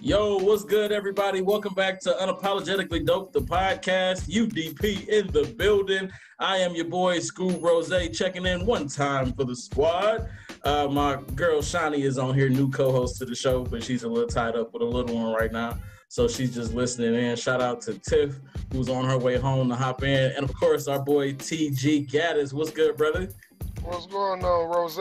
Yo, what's good, everybody? Welcome back to Unapologetically Dope, the podcast. UDP in the building. I am your boy, School Rose, checking in one time for the squad. Uh, my girl Shani is on here, new co-host to the show, but she's a little tied up with a little one right now. So she's just listening in. Shout out to Tiff, who's on her way home to hop in. And of course, our boy TG Gaddis. What's good, brother? What's going on, Rose?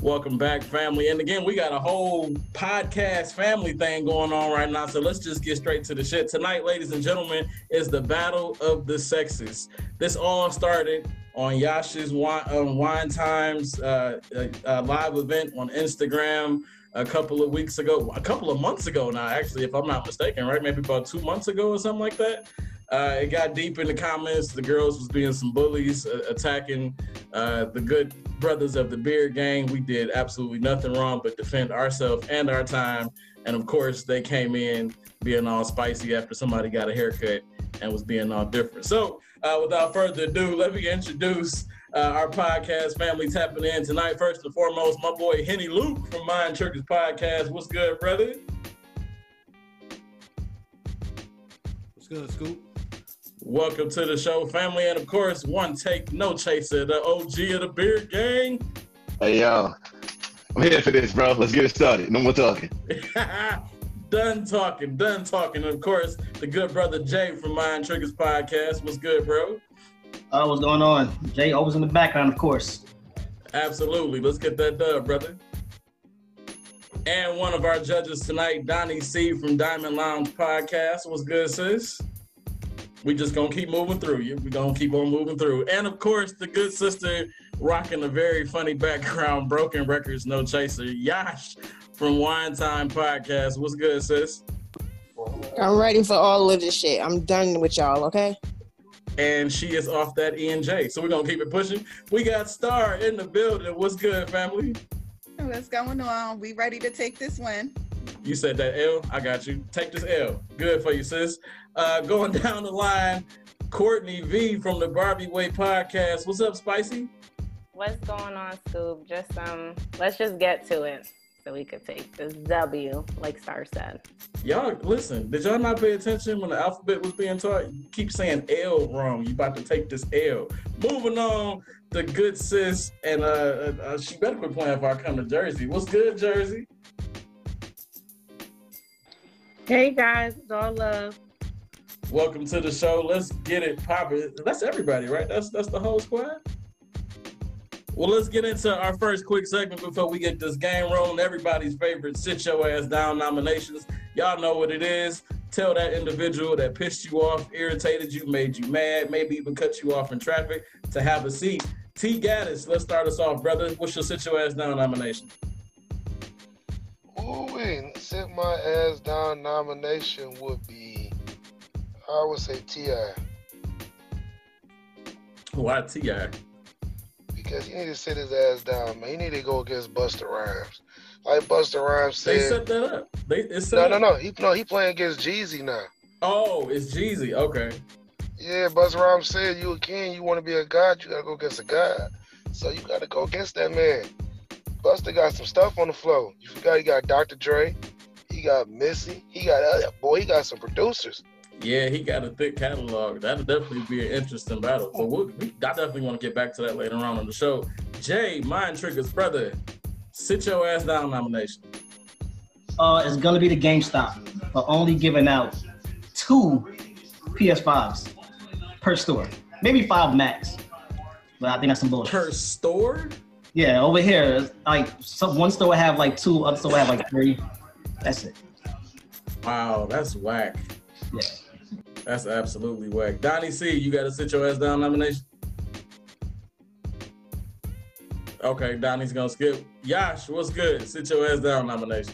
Welcome back, family. And again, we got a whole podcast family thing going on right now. So let's just get straight to the shit. Tonight, ladies and gentlemen, is the battle of the sexes. This all started on Yasha's Wine, um, Wine Times uh, uh, uh, live event on Instagram a couple of weeks ago, a couple of months ago now, actually, if I'm not mistaken, right? Maybe about two months ago or something like that. Uh, it got deep in the comments. The girls was being some bullies, uh, attacking uh, the good brothers of the beer gang. We did absolutely nothing wrong but defend ourselves and our time. And of course, they came in being all spicy after somebody got a haircut and was being all different. So, uh, without further ado, let me introduce uh, our podcast family tapping in tonight. First and foremost, my boy Henny Luke from Mind Churches Podcast. What's good, brother? What's good, Scoop? Welcome to the show, family. And of course, one take, no chaser, the OG of the beer gang. Hey yo, I'm here for this, bro. Let's get it started. No more talking. done talking, done talking. And of course, the good brother Jay from Mind Triggers Podcast. What's good, bro? Uh, what's going on? Jay always in the background, of course. Absolutely. Let's get that done, brother. And one of our judges tonight, Donnie C from Diamond Lounge Podcast. What's good, sis? We just gonna keep moving through you. We gonna keep on moving through. And of course, the good sister rocking a very funny background, broken records, no chaser. Yash from Wine Time Podcast. What's good, sis? I'm ready for all of this shit. I'm done with y'all, okay? And she is off that ENJ. So we're gonna keep it pushing. We got Star in the building. What's good, family? What's going on? We ready to take this one. You said that L. I got you. Take this L. Good for you, sis. Uh, going down the line, Courtney V from the Barbie Way podcast. What's up, Spicy? What's going on, Scoob? Just um, let's just get to it so we could take this W, like Star said. Y'all, listen. Did y'all not pay attention when the alphabet was being taught? You keep saying L wrong. You about to take this L. Moving on, the good sis and uh, uh, uh she better quit playing if I come to Jersey. What's good, Jersey? Hey guys, it's all love. Welcome to the show. Let's get it poppin'. That's everybody, right? That's that's the whole squad. Well, let's get into our first quick segment before we get this game rolling. Everybody's favorite sit your ass down nominations. Y'all know what it is. Tell that individual that pissed you off, irritated you, made you mad, maybe even cut you off in traffic to have a seat. T Gaddis, let's start us off, brother. What's your sit your ass down nomination? Ooh, wee. sit my ass down nomination would be, I would say T.I. Why T.I.? because he need to sit his ass down, man. He need to go against Buster Rhymes. Like Buster Rhymes They said. set that up. They it's set No, up. no, no. He no, he playing against Jeezy now. Oh, it's Jeezy. Okay. Yeah, Buster Rhymes said you a king, you want to be a god, you gotta go against a god. So you gotta go against that man. Buster got some stuff on the flow. You forgot he got Dr. Dre, he got Missy, he got uh, boy, he got some producers. Yeah, he got a thick catalog. That'll definitely be an interesting battle. But we'll, we, I definitely want to get back to that later on in the show. Jay, Mind Triggers brother, sit your ass down nomination. Uh, it's gonna be the GameStop, but only giving out two PS5s per store, maybe five max. But I think that's some bullshit. Per store? yeah, over here, it's like some, one store have like two, other store have like three. That's it. Wow, that's whack. Yeah. That's absolutely whack. Donnie C, you got to sit your ass down nomination. Okay, Donnie's gonna skip. Yash, what's good? Sit your ass down nomination.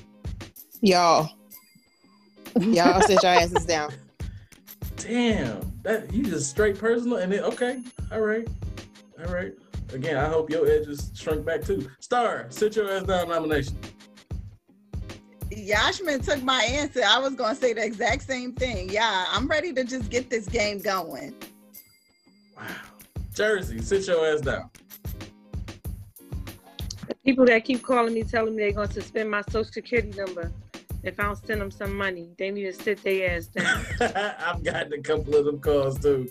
Y'all. Y'all sit your asses down. Damn, that you just straight personal and then okay, all right, all right. Again, I hope your edges shrink back too. Star, sit your ass down nomination. Yashman took my answer. I was gonna say the exact same thing. Yeah, I'm ready to just get this game going. Wow. Jersey, sit your ass down. People that keep calling me, telling me they're going to suspend my social security number. if I don't send them some money. They need to sit their ass down. I've gotten a couple of them calls too.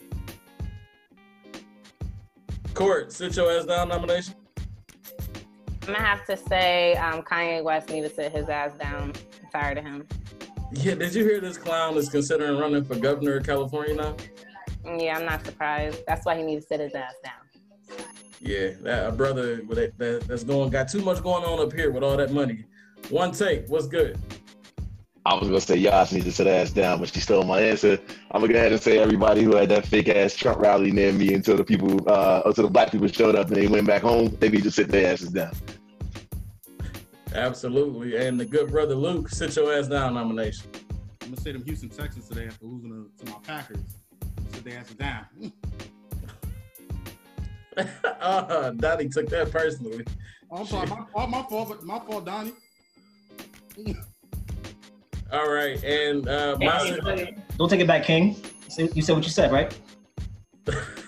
Court, sit your ass down nomination. I'm gonna have to say um, Kanye West needs to sit his ass down. I'm tired of him. Yeah, did you hear this clown is considering running for governor of California now? Yeah, I'm not surprised. That's why he needs to sit his ass down. Yeah, that a brother with that, that that's going got too much going on up here with all that money. One take, what's good? I was gonna say Yas needs to sit her ass down, but she stole my answer. I'm gonna go ahead and say everybody who had that fake ass Trump rally near me until the people, uh, until the black people showed up and they went back home, they need to sit their asses down. Absolutely. And the good brother Luke, sit your ass down nomination. I'm gonna say them Houston Texans today after losing to, to my Packers. Sit their asses down. uh, Donnie took that personally. Oh, I'm sorry, my, oh, my fault, but my fault, Donnie. All right. And uh my, Don't take it back, King. You said- You said what you said, right?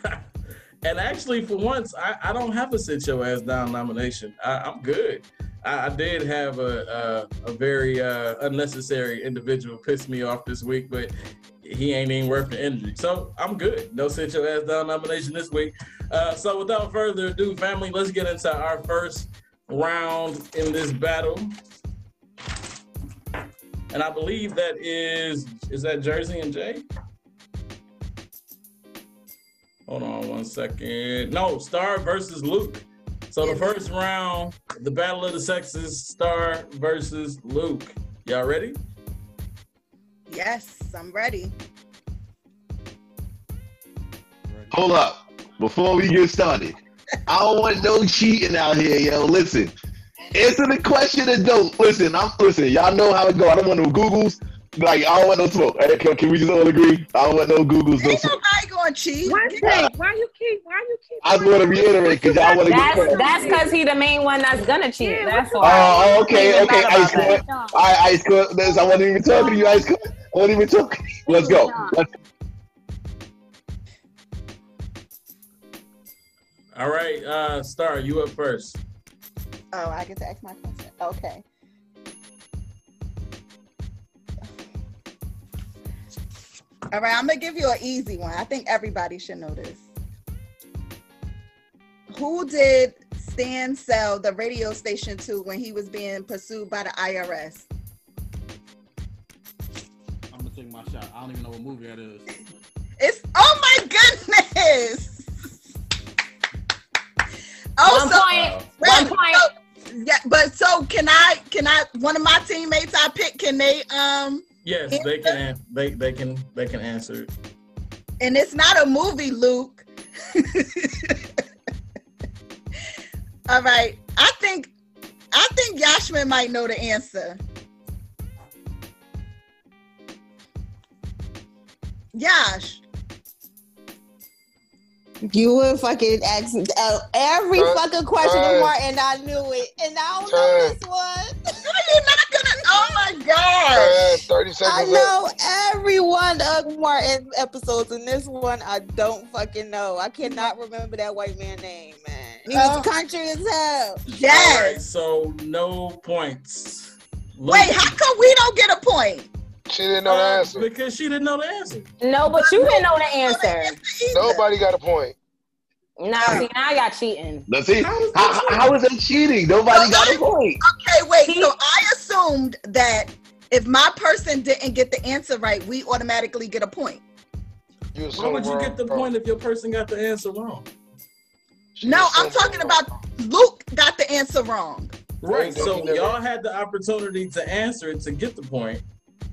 and actually for once I, I don't have a sit your ass down nomination. I, I'm good. I, I did have a a, a very uh, unnecessary individual piss me off this week, but he ain't even worth the energy. So I'm good. No sit your ass down nomination this week. Uh, so without further ado, family, let's get into our first round in this battle. And I believe that is is that Jersey and Jay? Hold on one second. No, Star versus Luke. So the first round, the battle of the sexes, Star versus Luke. Y'all ready? Yes, I'm ready. Hold up. Before we get started, I don't want no cheating out here, yo. Listen, answer the question and don't listen. I'm listen. Y'all know how it go. I don't want no Googles. Like I don't want no smoke. Hey, can, can we just all agree? I don't want no Googles. No Ain't smoke. nobody gonna cheat. One thing, why you keep, why you keep? I just want to reiterate because y'all want to get. That's that's because he the main one that's gonna cheat. Yeah, That's what why. Oh, okay, Even okay. thought about Ice that. Court. I Ice Court. This I wasn't even talking to you, Ice Court. I wasn't even talking. Let's go. Let's- All right, uh, Star, you up first. Oh, I get to ask my question. Okay. All right, I'm gonna give you an easy one. I think everybody should know this. Who did Stan sell the radio station to when he was being pursued by the IRS? I'm gonna take my shot. I don't even know what movie that is. It's oh my goodness! Oh, One Also, point. One point. yeah, but so can I? Can I? One of my teammates I picked. Can they? Um, Yes, they can. They they can they can answer. it. and it's not a movie, Luke. All right, I think I think Yashman might know the answer. Yash, You would fucking ask uh, every Time. fucking question Time. apart, and I knew it, and I don't know Time. this one. no, you're not gonna. Oh my God! Time, 30 I seconds left. know every one of Martin's episodes, and this one I don't fucking know. I cannot remember that white man name, man. He was Oh. country as hell. All right, Yes. so no points. Luke. Um, Wait, how come we don't get a point? She didn't know the answer. Because she didn't know the answer. No, but you didn't know the answer. Either. Nobody got a point. Nah, see now I got cheating. Let's see. How, how is that cheating? Nobody got a point. Okay, wait. See? So I assumed that if my person didn't get the answer right, we automatically get a point. You Why assumed would you wrong, get the bro. point if your person got the answer wrong? She No, I'm assumed talking wrong. about- Luke got the answer wrong. Right. Right, So but- y'all had the opportunity to answer it to get the point,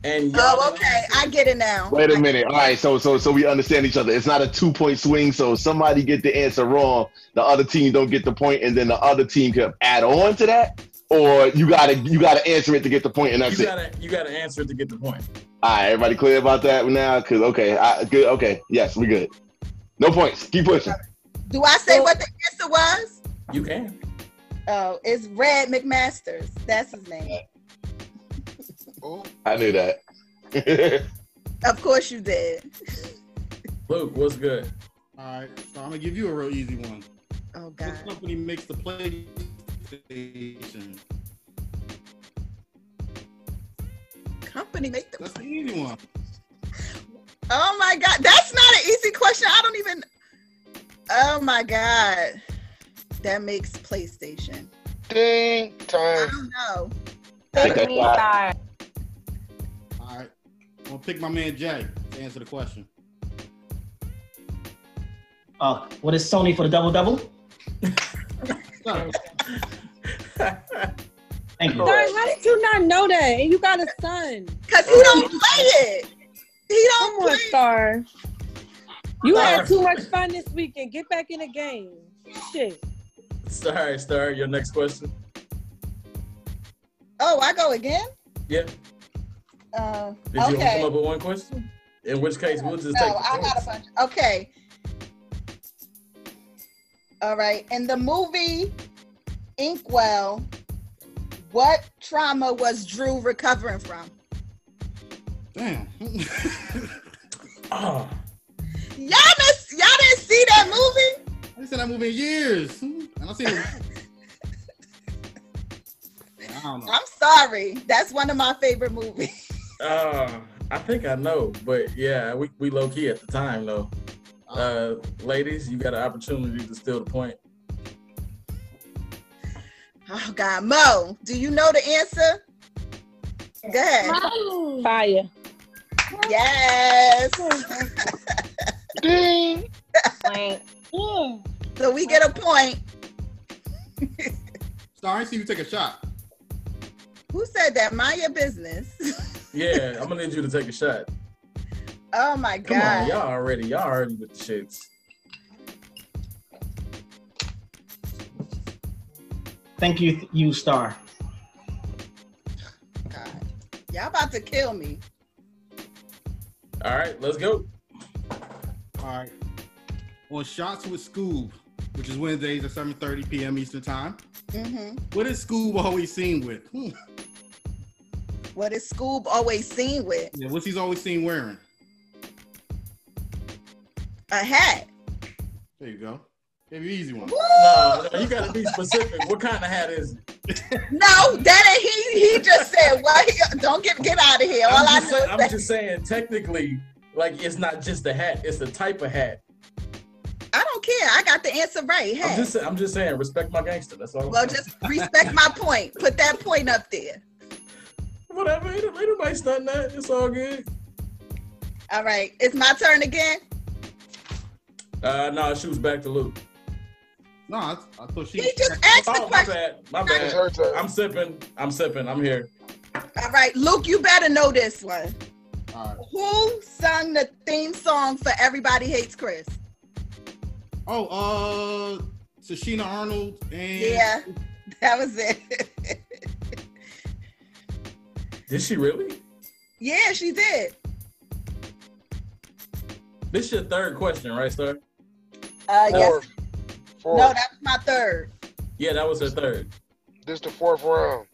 and y'all Oh, didn't okay. answer. I get it now. Wait a minute. All right, so so so we understand each other. It's not a two point swing. So if somebody get the answer wrong, the other team don't get the point, and then the other team can add on to that, or you gotta you gotta answer it to get the point, and that's you it. gotta you gotta answer it to get the point. All right, everybody clear about that now? Cause okay, I, good. Okay, yes, we good. No points. Keep pushing. Do I say what the answer was? You can. Oh, it's Red McMasters. That's his name. Ooh, I knew that. Of course you did. Luke, what's good? All right, so I'm gonna give you a real easy one. Oh This God. company makes the PlayStation? company. Make the That's the easy one. Oh my god, that's not an easy question. I don't even. Oh my god, that makes PlayStation. Ding I time. don't know. Take Pick that me shot. five. All right. I'm gonna pick my man Jay to answer the question. Uh, what is Sony for the double double? So, Thank you. Sorry, how did you not know that? And you got a son. Cause he don't play it. He Come don't on, play. Star. You had too much fun this weekend. Get back in the game. Shit. Sorry, Star. Your next question. Oh, I go again. Yeah. Uh, Did you only okay. come up with one question? In which case, we'll just take. No, the I got a points. bunch. Okay. All right. In the movie Inkwell, what trauma was Drew recovering from? damn. Oh, Y'all didn't, y'all didn't see that movie? I ain't seen that movie in years. And I seen it. I don't know. I'm sorry. That's one of my favorite movies. uh, I think I know, but yeah, we, we low key at the time though. Uh-huh. Uh, ladies, you got an opportunity to steal the point. Oh God, Mo, do you know the answer? Go ahead. Fire. Yes. Ding. Point. Yeah. So we get a point. Star, I ain't seen you take a shot. Who said that? Mind your business. Yeah, I'm gonna need you to take a shot. oh my Come on, God. y'all already, y'all already with the shits. Thank you, you star. God. Y'all about to kill me. All right, let's go. All right. On Shots with Scoob, which is Wednesdays at 7.30 p.m. Eastern Time. hmm What is Scoob always seen with? Hmm. What is Scoob always seen with? Yeah, what's he's always seen wearing? A hat. There you go. Give you an easy one. Woo! No, no, you gotta be specific. what kind of hat is it? No, that ain't, he he just said what he, don't get get out of here. All I'm, I just know say- is I'm that just saying, technically, like it's not just a hat; it's the type of hat. I don't care. I got the answer right. I'm Hey. just, I'm just saying, respect my gangster. That's all. I'm Well saying. just respect my point. Put that point up there. Whatever, ain't, ain't nobody stunting that. It's all good. All right. It's my turn again. Uh, no, she was back to Luke. No, I, I thought she. He just asked the Oh, my question. bad. My It's bad. her turn. I'm sipping. I'm sipping. I'm here. All right, Luke, you better know this one. All right. Who sung the theme song for Everybody Hates Chris? Oh, uh, Sashina Arnold and Yeah, that was it. Did she really? yeah, she did. This your third question, right, sir? Uh, yes. Fourth. Fourth. No, that was my third. Yeah, that was her third. this the fourth round.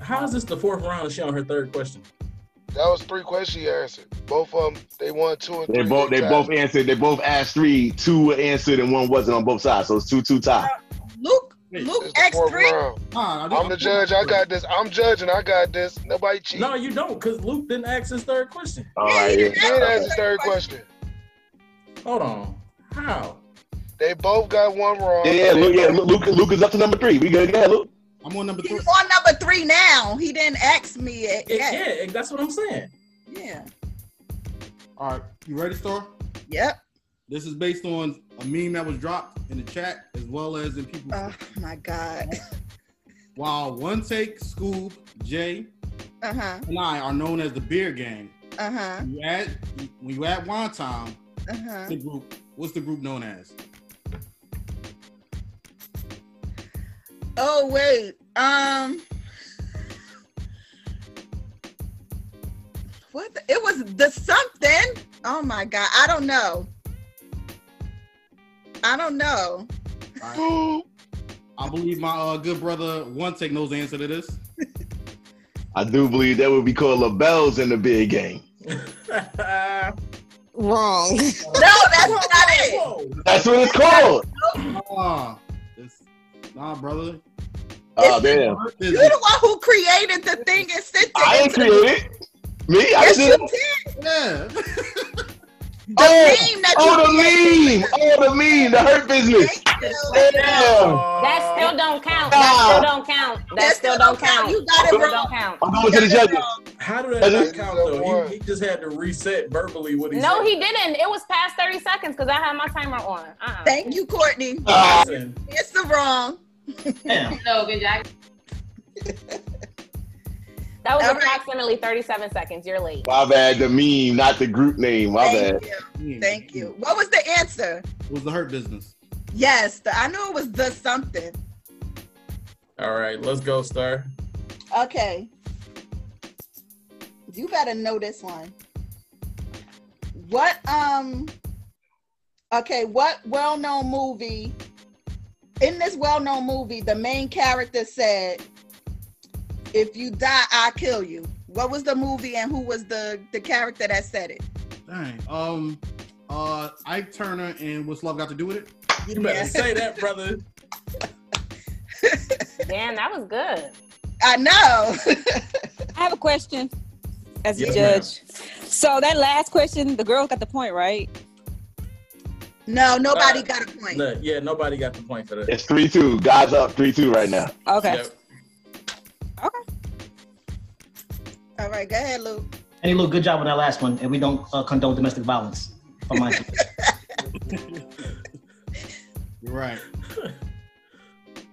How is this the fourth round? and She on her third question. That was three questions you answered. Both of them, they won two and They three. both they tied. both answered. They both asked three. Two were answered and one wasn't on both sides. So it's two two tie. Luke, Hey, Luke This the X fourth three. round. Nah, I just- I'm the judge. I got this. I'm judging. I got this. Nobody cheat. No, you don't, because Luke didn't ask his third question. All Yeah, right. you yeah. did You didn't ask ask the third question. Hold on. How? They both got one wrong. Yeah, yeah, Luke, yeah. Luke, Luke is up to number three. We good, yeah, Luke. I'm on number three. He's on number three now. He didn't ask me it. It- Yeah, yeah, it- that's what I'm saying. yeah, All right, you ready, Star? yep. This is based on a meme that was dropped in the chat as well as in people. Oh my God. While one take, Scoob, Jay, Uh huh. and I are known as the beer gang. Uh huh. When you add when you add one time, Uh huh. the group. What's the group known as? Oh wait. Um. What? The, it was the something. Oh my God. I don't know. I don't know. Boop. I believe my uh, good brother one take knows the answer to this. I do believe that would be called LaBelle's in the big game. Wrong. No, that's not it. Whoa. That's what it's called. Ah, this, nah, brother. Oh, damn. You're the one who created the thing and sent it. I ain't into the- created Me? I Yes, you did. did. Yeah. The Oh, meme that Oh, the you created. meme. Oh, the meme. The hurt business. Damn. That still don't count. That still don't count. That still don't count. You got it Still wrong. don't count. I'm going to the judges. How did that That's not it. count though? He, he just had to reset verbally what he No, said. he didn't. It was past 30 seconds because I had my timer on. Uh-uh. Thank you, Courtney. Ah, Listen, It's the wrong. Damn. No, good job. that was All right. approximately 37 seconds. You're late. my bad. The meme, not the group name. My bad. Thank you. Thank you. What was the answer? It was the hurt business. Yes, the, I knew it was the something. all right, let's go, Star. Okay. You better know this one. What um okay, what well-known movie in this well-known movie the main character said if you die I kill you. What was the movie and who was the the character that said it? Dang. Um. Uh. Ike Turner and what's love got to do with it? You better Yeah. say that, brother. Damn, that was good. I know. I have a question as a Yes, judge. So that last question, the girl got the point, right? no, nobody Uh, got a point. No, yeah, nobody got the point for that. It's 3 2. Guys up 3 2 right now. Okay. Yep. All right, go ahead, Luke. Hey, look, good job on that last one. And we don't uh, condone domestic violence. For my You're right.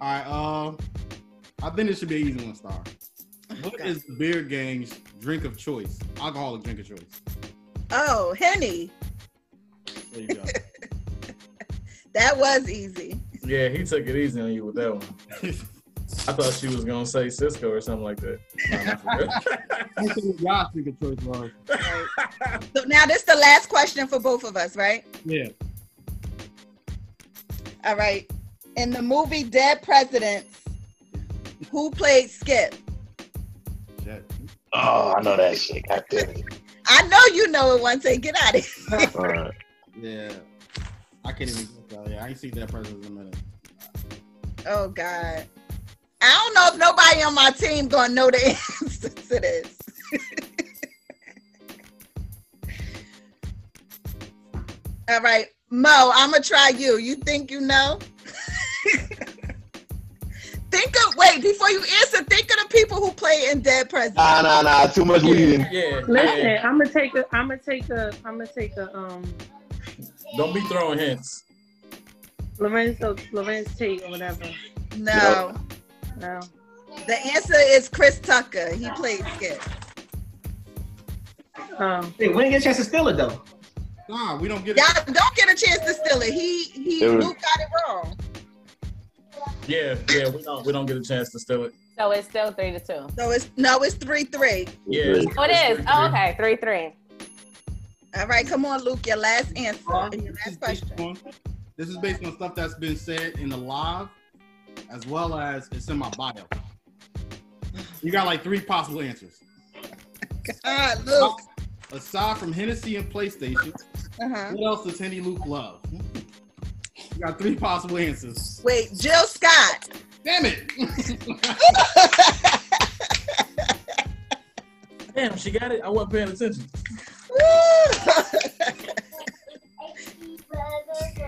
All right. Um. I think this should be an easy one, Star. Oh, What is the beer gang's drink of choice? Alcoholic drink of choice. Oh, Henny. There you go. That was easy. Yeah, he took it easy on you with that one. I thought she was gonna say Cisco or something like that. No, not for real. I think y'all drink of choice was. So now this the last question for both of us, right? Yeah. All right. In the movie Dead Presidents, who played Skip? Shit. Oh, I know that shit. God damn it. I know you know it once and get out of here. All right. Yeah. I can't even get that. Yeah, I ain't seen that person in a minute. Oh God. I don't know if nobody on my team gonna know the answer to this. All right. Mo, I'ma try you. You think you know? think of wait, before you answer, think of the people who play in Dead Presidents. Nah, nah, nah. Too much yeah, weeding. yeah, Listen, yeah. I'm gonna take a, I'm gonna take a, I'm gonna take a, um, Don't be throwing hints. Lorenzo, Lorenz Tate or whatever. no. No. The answer is Chris Tucker. He played Skip. Um, hey, we didn't get a chance to steal it, though. Nah, we don't get it. Y'all don't get a chance to steal it. He he It was- Luke got it wrong. Yeah, yeah, we don't we don't get a chance to steal it. So it's still three to two. So it's no, it's three three. Yeah. Oh, it is. It's Oh, okay. Three three. All right, come on, Luke. Your last answer. Your last question. This is based on stuff that's been said in the live, as well as it's in my bio. You got like three possible answers. God, Luke. Aside from Hennessy and PlayStation, Uh-huh. what else does Henny Luke love? You got three possible answers. Wait, Jill Scott. Damn it! Damn, she got it. I wasn't paying attention.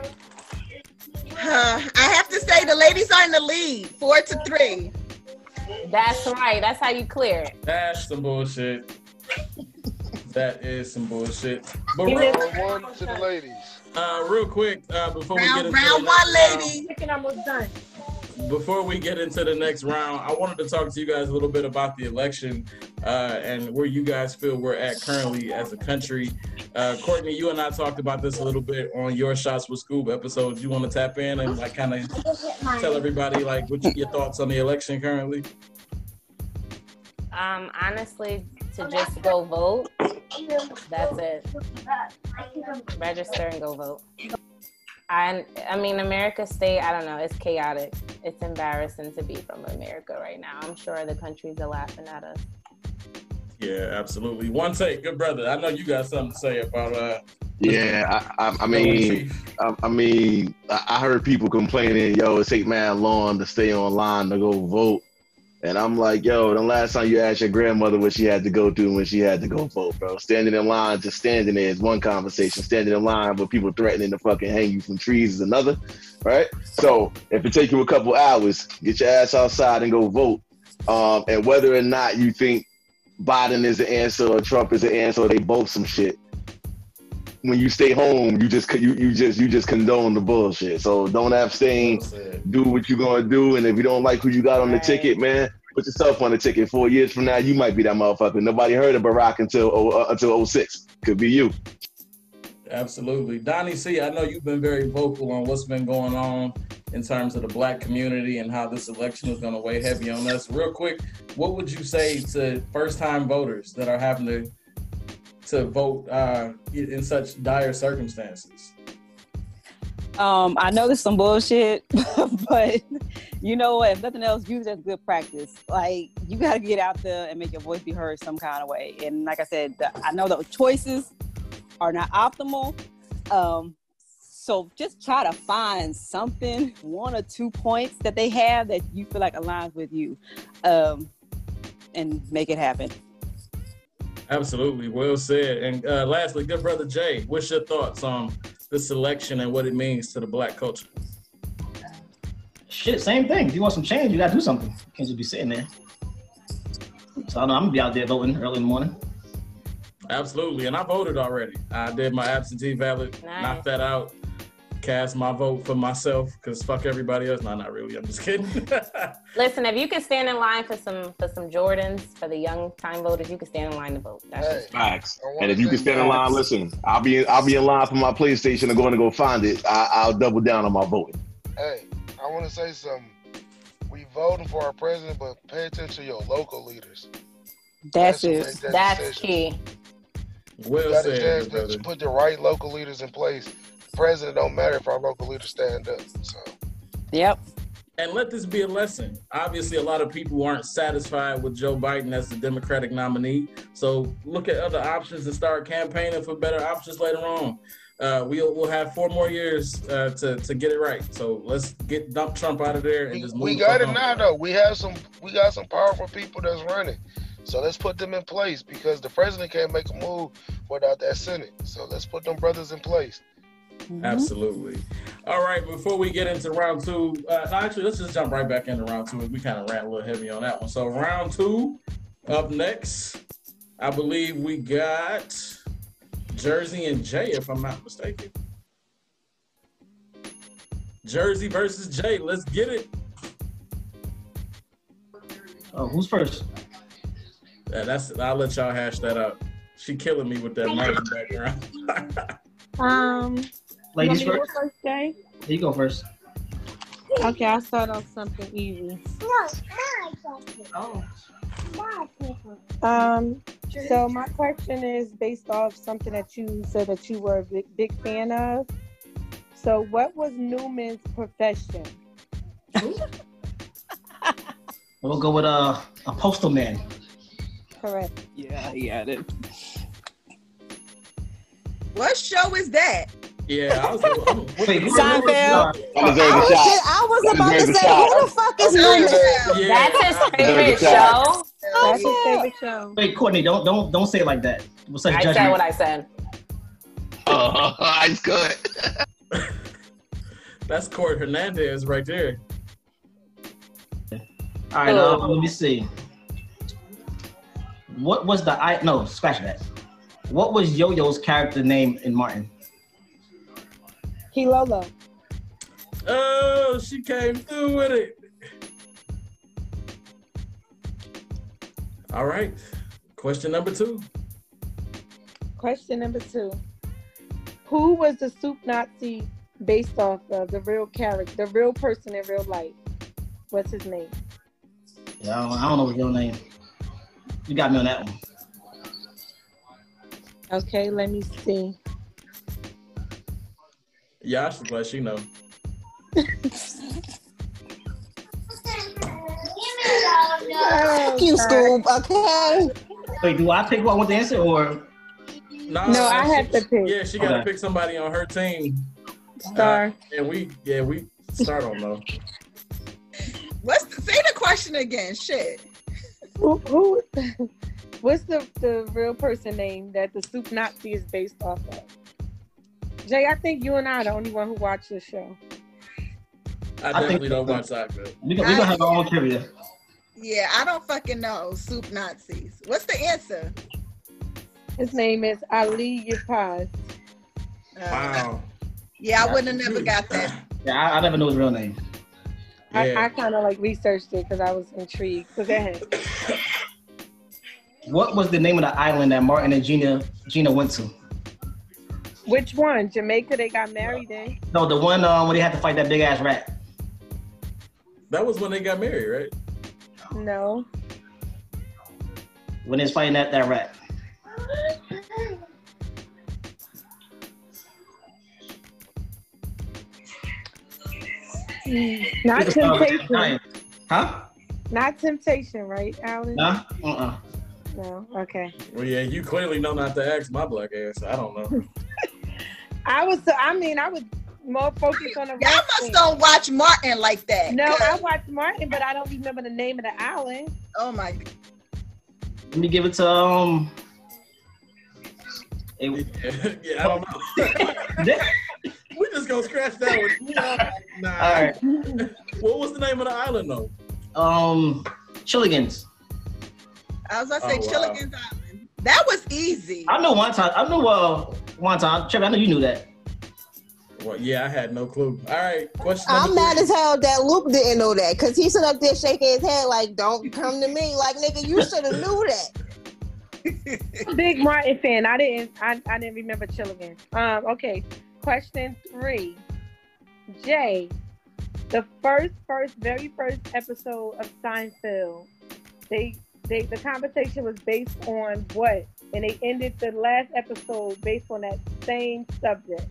Huh, Uh, I have to say the ladies are in the lead, four to three. That's right. That's how you clear it. That's some bullshit. that is some bullshit. But Give real, it- Round one to the ladies. uh, real quick, uh, before we get Round into round the one, next round- ladies. chicken almost done. before we get into the next round, I wanted to talk to you guys a little bit about the election uh, and where you guys feel we're at currently as a country. Uh, Courtney, you and I talked about this a little bit on your Shots with Scoob episode. You want to tap in and like kind of tell everybody like what your thoughts on the election currently? Um, honestly, to just go vote. That's it. Register and go vote. I I mean America state, I don't know, it's chaotic. It's embarrassing to be from America right now. I'm sure the countries are laughing at us. Yeah, absolutely. One take, good brother. I know you got something to say about uh. Yeah, I, I, I mean, I, I mean, I I heard people complaining, yo, it take man long to stay online to go vote. And I'm like, yo, the last time you asked your grandmother what she had to go through when she had to go vote, bro. Standing in line, just standing there is one conversation. Standing in line with people threatening to fucking hang you from trees is another, right? So if it take you a couple hours, get your ass outside and go vote. Um, and whether or not you think Biden is the answer or Trump is the answer, or they both some shit. When you stay home, you just you, you just you just condone the bullshit. So don't abstain. Do what you're gonna do, and if you don't like who you got on the Right. ticket, man, put yourself on the ticket. Four years from now, you might be that motherfucker. Nobody heard of Barack until oh, uh, until 06. Could be you. Absolutely. Donnie C, I know you've been very vocal on what's been going on in terms of the black community and how this election is going to weigh heavy on us. Real quick, what would you say to first time voters that are having to to vote uh, in such dire circumstances? Um, I know this is some bullshit, but you know what? If nothing else, use it as good practice. Like you got to get out there and make your voice be heard some kind of way. And like I said, the, I know the choices are not optimal. Um, so just try to find something, one or two points that they have that you feel like aligns with you, um, and make it happen. Absolutely. Well said. And uh, lastly, good brother Jay, what's your thoughts on this election and what it means to the black culture? Shit, same thing. If you want some change, you gotta do something. You can't just be sitting there. So I know I'm gonna be out there voting early in the morning. Absolutely, and I voted already. I did my absentee ballot, Nice. knocked that out, cast my vote for myself because fuck everybody else. No, not really. I'm just kidding. Listen, if you can stand in line for some for some Jordans for the young time voters, you can stand in line to vote. That's Hey, just Facts. I wanna And if you can say stand in line, facts. listen, I'll be I'll be in line for my PlayStation and going to go find it. I, I'll double down on my voting. Hey, I want to say something. We voting for our president, but pay attention to your local leaders. That's who it. make that that's decision. key. You well got a said, good chance to brother. just put the right local leaders in place. The president don't matter if our local leaders stand up. So Yep. And let this be a lesson. Obviously, a lot of people aren't satisfied with Joe Biden as the Democratic nominee. So look at other options and start campaigning for better options later on. Uh, we'll we'll have four more years uh, to to get it right. So let's get dump Trump out of there and we, just move. we the got fuck it on. now though. We have some we got some powerful people that's running. So let's put them in place because the president can't make a move without that Senate. So let's put them brothers in place. Absolutely. All right, before we get into round two, uh, no, actually, let's just jump right back into round two. We kind of ran a little heavy on that one. So, round two up next, I believe we got Jersey and Jay, if I'm not mistaken. Jersey versus Jay. Let's get it. Oh, who's first? Uh, that's I'll let y'all hash that out. She killing me with that mic background. Um, you want Ladies me to go first. first, Jay? Here you go first. Okay, I'll start off something easy. Oh. Um, so my question is based off something that you said that you were a big, big fan of. So what was Newman's profession? We'll go with uh, a postal man. Correct. Yeah, yeah, it is. What show is that? yeah, I was. I'm, Wait, who- Seinfeld. I deserve I a was, shot. just- I was That about deserves to a say, shot. who the fuck is Newman? Yeah. yeah, That's his I- favorite Yeah. show. That's his yeah. favorite show. Wait, Courtney, don't don't don't say it like that. With such I judgment. said what I said. Oh, it's good. that's Court Hernandez right there. All right, uh, let me see. What was the I? No, scratch that. What was Yo Yo's character name in Martin? Kilolo. Oh, she came through with it. All right. Question number two. Question number two. Who was the soup Nazi based off of the real character, the real person in real life? What's his name? Yeah, I don't, I don't know his real name. You got me on that one. Okay, let me see. Yasha, but she know. Oh, Fuck you, Scoob, okay? Wait, do I pick what I want to answer, or No, I she- have to pick. Yeah, she got to Okay. pick somebody on her team. Uh, Star. And we, yeah, we start on though. What's the, say the question again. Shit. Who, who what's the, the real person name that the Soup Nazi is based off of? Jay, I think you and I are the only one who watch this show. I think- definitely don't watch soccer. We gonna we gonna have our own trivia. Yeah, I don't fucking know. Soup Nazis. What's the answer? His name is Ali Yapaz. Uh, Wow. Yeah, I wouldn't have never got that. Yeah, I, I never know his real name. I, I Yeah. kind of like researched it because I was intrigued. So go ahead. What was the name of the island that Martin and Gina Gina went to? Which one? Jamaica, they got married in. No, the one uh, where they had to fight that big ass rat. That was when they got married, right? No. When they was fighting that, that rat. Not temptation. Huh? Not temptation, right, Alan? Nah? Uh-uh. No. Okay. Well, yeah, you clearly know not to ask my black ass. I don't know. I was. I mean, I was more focused on the. Y'all rap must thing. don't watch Martin like that. No, Good. I watched Martin, but I don't remember the name of the island. oh my. Let me give it to um. It, yeah, I don't know. we just gonna scratch that one. Nah. all right. What was the name of the island though? Um, Chilligans. I was about to say Oh, wow. Chilligan's Island. That was easy. I know one time. I know uh one time. Trevor, I know you knew that. Well, yeah, I had no clue. All right, question. I'm number mad three. as hell that Luke didn't know that because he stood up there shaking his head like, "Don't come to me, like nigga, you should have knew that." I'm a Big Martin fan. I didn't. I, I didn't remember Chilligan. Um. Okay. Question three. Jay, the first, first, very first episode of Seinfeld. They, they, the conversation was based on what, and they ended the last episode based on that same subject.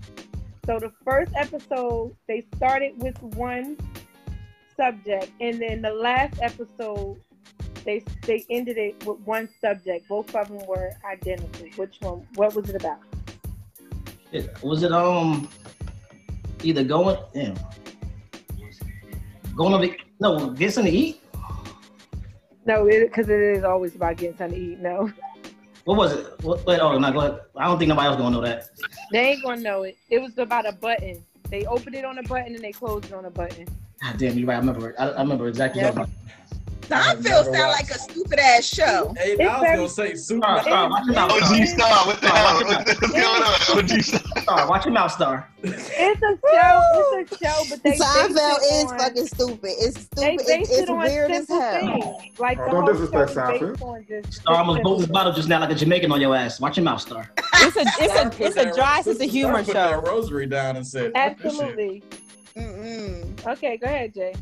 So the first episode they started with one subject, and then the last episode they they ended it with one subject. Both of them were identical. Which one? What was it about? It- was it um either going damn going over no get something to eat? No, because it is always about getting something to eat. No, What was it? What, wait, oh no, go ahead. I don't think nobody else gonna know that. they ain't gonna know it. It was about a button. They opened it on a button and they closed it on a button. God damn, you're right. I remember. I, I remember exactly. Yeah. what you're talking I've Seinfeld never sound watched like a stupid ass show. Hey, It's I was very- gonna say soup. about. Star, star, watch your mouth. OG Star, Star, what the Star, hell? watch What's going on? OG Star. star watch your mouth, star. It's a show. It's a show, but they based Seinfeld it is on- fucking stupid. It's They stupid. It's, based it's it on weird as simple hell. things. Like the Don't whole disrespect show is based Seinfeld. on just Star almost broke simple this bottle just now like a Jamaican on your ass. Watch your mouth, star. It's a it's a Put it's a that- dry sense of Star humor put that show. rosary down and said, "Fuck this shit." Absolutely. Mm-mm. Okay, go ahead, Jay.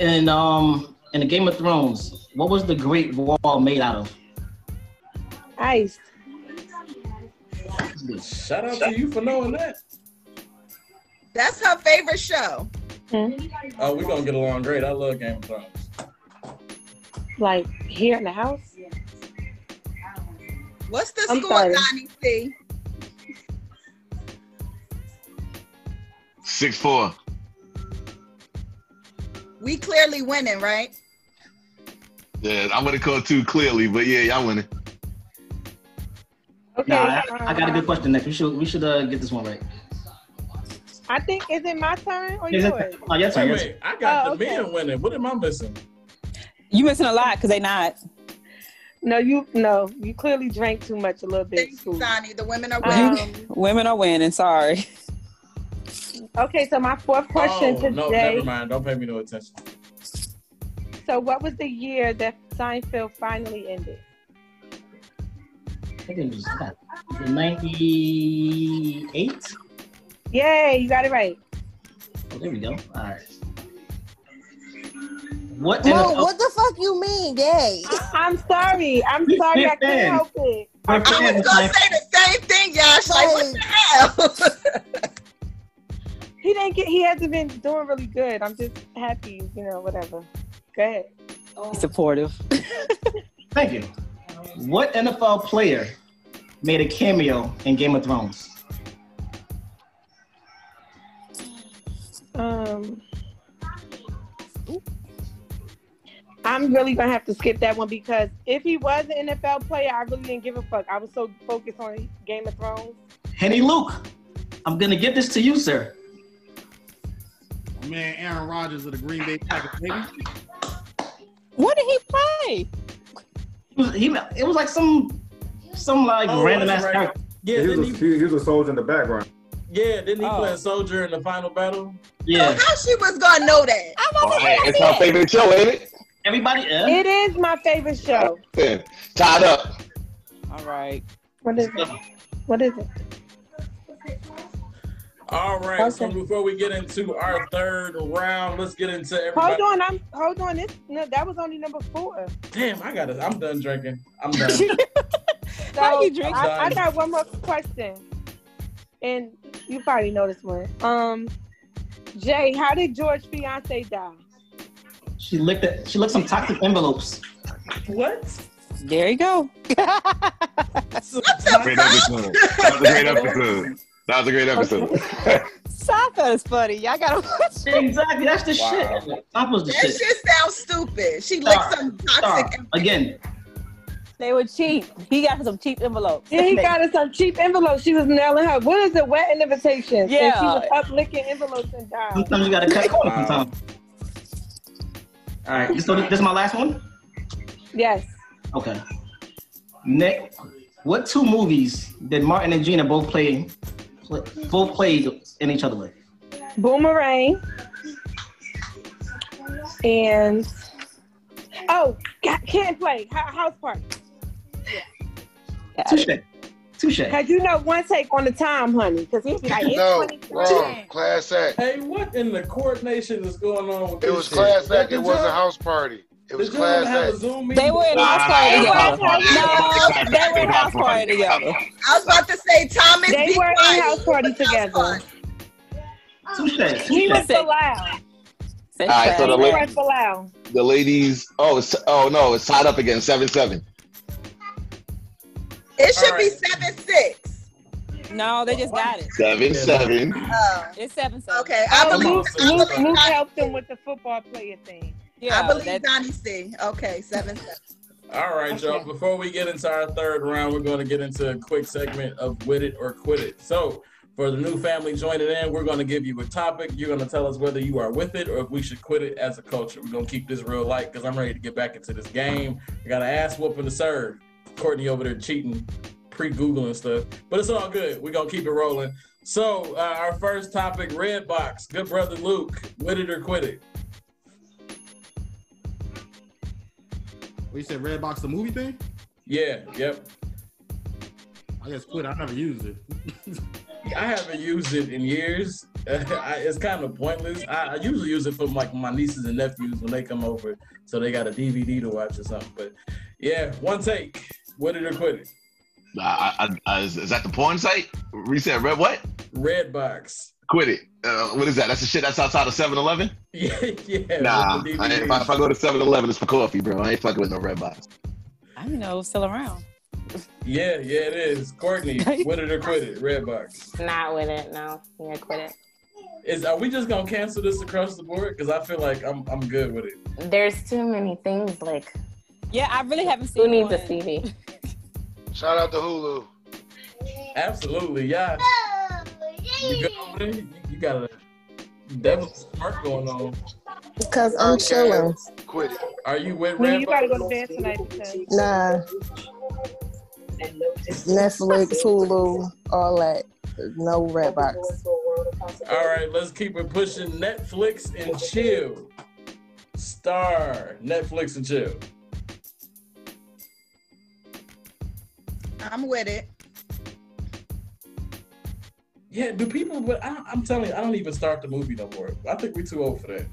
And um, in the Game of Thrones, what was the Great Wall made out of? Ice. Shout out to you for knowing that. That's her favorite show. Oh, we're gonna get along great. I love Game of Thrones. Like here in the house. What's the I'm score, sorry. Donnie C? Six four. We clearly winning, right? Yeah, I'm gonna call two clearly, but yeah, y'all winning. Okay. Nah, I, I got a good um, question next. We should we should uh, get this one right. I think is it my turn or Is it- yours? Oh, your turn. Wait, your wait, I got Oh, the okay. men winning. What am I missing? You missing a lot because they not. No, you no, you clearly drank too much a little bit. Thank you, Scoop. Donnie. The women are winning. Um, Women are winning. Sorry. okay, so my fourth question oh, today. no, never mind. Don't pay me no attention. So, what was the year that Seinfeld finally ended? I think it was God, was it 98. Yay, you got it right. Oh, there we go. All right. What Mo, NFL? what the fuck you mean, gay? I'm sorry. I'm sorry. I can't help it. We're I fans, was gonna like, say the same thing, Yash. Like, what the hell? He didn't get. He hasn't been doing really good. I'm just happy. You know, whatever. Go ahead. Oh, Supportive. Thank you. What NFL player made a cameo in Game of Thrones? Um, I'm really gonna have to skip that one because if he was an NFL player, I really didn't give a fuck. I was so focused on Game of Thrones. Henny Luke, I'm gonna give this to you, sir. My Man, Aaron Rodgers of the Green Bay Packers, baby. What did he play? It was, he, it was like some some like Oh, random that's ass right. character. Yeah, he, didn't was a, he, he, he was a soldier in the background. yeah, didn't he Oh. play a soldier in the final battle? Yeah, How she was gonna know that? I'm Oh, hey, that's it's our it. favorite show, ain't it? everybody. Yeah. It is my favorite show. Yeah. Tied up. All right. What is it? What is it? All right. So Okay. before we get into our third round, let's get into everybody. Hold on, I'm hold on. This no, that was only number four. Damn, I got it. I'm done drinking. I'm done. So How you drink? I, I got one more question, and you probably know this one. Um, Jay, how did George fiance die? She licked it. She licked some toxic envelopes. what? There you go. Great episode. That was a great episode. That was a great episode. Seinfeld is funny. Y'all gotta watch it. Exactly. That's the Wow. shit. That was the That shit. shit sounds stupid. She licked Star. some Star. toxic. Again, They were cheap. He got some cheap envelopes. Yeah, he got her some cheap envelopes. She was nailing her. What is it? Wet invitations. And she Yeah. was up licking envelopes and died. sometimes you gotta cut corners. Wow. Sometimes. All right. So this, this is my last one. Yes. Okay. Nick, what two movies did Martin and Gina both play, play both played in each other with? Boomerang. And oh, ca- can't play Ho- house party. Touche. Touche. Cause you know one take on the time, honey. Cause he'd be like, it's No, 22. wrong. Class act. Hey, what in the coordination is going on with It this was shit? class act. Did It wasn't y'all- house party. It was did y'all class have a act. Zoom meeting? They were in Nah, house nah, party it was together. house party. No, they were in house party together. I was about to say Thomas. They be were in quiet. house party House together. party. Touche. He was Touche. Sick. allowed. All right, so He the link- was allowed. The ladies. Oh, it's, oh no, it's tied up again. Seven seven. It should All be right. seven six. No, they just got it. Seven seven. Uh, It's seven seven. okay, I Oh, believe. Luke, I believe- Luke, Luke helped him with the football player thing. Yeah, I believe that- Donnie C. Okay, seven seven. All right, y'all. Before we get into our third round, we're going to get into a quick segment of With It or Quit It. So, for the new family joining in, we're going to give you a topic. You're going to tell us whether you are with it or if we should quit it as a culture. We're going to keep this real light because I'm ready to get back into this game. I got an ass whooping to serve. Courtney over there cheating, pre Googling stuff, but it's all good. We're going to keep it rolling. So, uh, our first topic Red Box, good brother Luke, with it or quit it. Well, you said Redbox the movie thing? Yeah, yep. I guess quit. I never used it. I haven't used it in years. I, it's kind of pointless. I, I usually use it for like my nieces and nephews when they come over, so they got a DVD to watch or something. But yeah, one take. What did or quit it? Nah, I, I, I, is, is that the porn site? Reset. Red what? Red box. Quit it. Uh, what is that? That's the shit that's outside of 7 Eleven? Yeah, yeah. Nah. with the I ain't- DVD. if, I, if I go to 7 Eleven, it's for coffee, bro. I ain't fucking with no red box. I don't know, still around. yeah, yeah, it is. Courtney, what did or quit it? Red box. Not with it. No, I'm gonna quit it. Is are we just gonna cancel this across the board? Because I feel like I'm I'm good with it. There's too many things. Like, Yeah, I really haven't seen. who needs one. a CD? Shout out to Hulu. Absolutely, yeah. You good over there? You, you got a devil's spark going on. Cause I'm chilling. Quit it. Are you with Lou, Red you Box? gotta go to bed tonight. because- Nah. Netflix, Hulu, all that. No red box. All right, let's keep it pushing. Netflix and chill. Star Netflix and chill. I'm with it. Yeah, do people? But I, I'm telling you, I don't even start the movie no more. I think we're too old for that.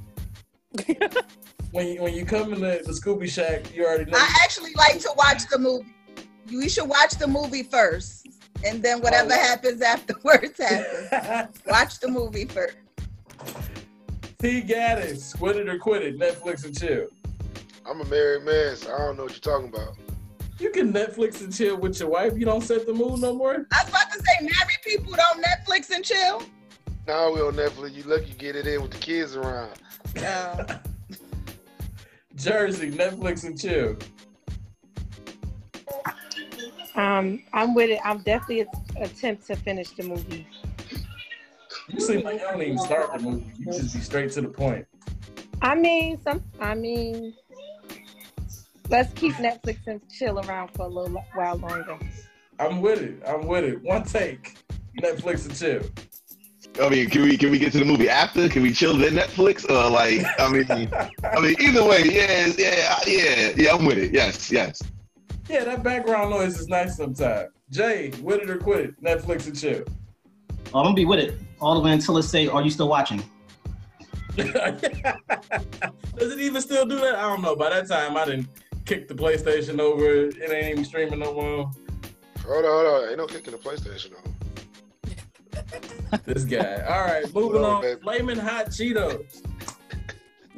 when you, when you come in the, the Scooby Shack, you already know. I actually like to watch the movie. You should watch the movie first, and then Oh, whatever happens afterwards happens. watch the movie first. T. Gaddis, quit it or quit it. Netflix and chill. I'm a married man, so I don't know what you're talking about. You can Netflix and chill with your wife. You don't set the mood no more. I was about to say, married people don't Netflix and chill. Now we on Netflix. You lucky you get it in with the kids around. No. Jersey, Netflix and chill. Um, I'm with it. I'm definitely a- attempt to finish the movie. You seem like you don't even start the movie. You just be straight to the point. I mean, some. I mean, let's keep Netflix and chill around for a little while longer. I'm with it. I'm with it. One take. Netflix and chill. I mean, can we can we get to the movie after? Can we chill then Netflix? Or like, I mean, I mean, either way, yeah, yeah, I- yeah, yeah. I'm with it. Yes, yes. Yeah, that background noise is nice sometimes. Jay, with it or quit it, Netflix and chill. Oh, I'm gonna be with it all the way until it say, "Are you still watching?" Does it even still do that? I don't know. By that time, I didn't kick the PlayStation over. It ain't even streaming no more. Hold on, hold on. Ain't no kicking the PlayStation though. This guy. All right, moving Hello, on. baby. Flaming hot Cheetos.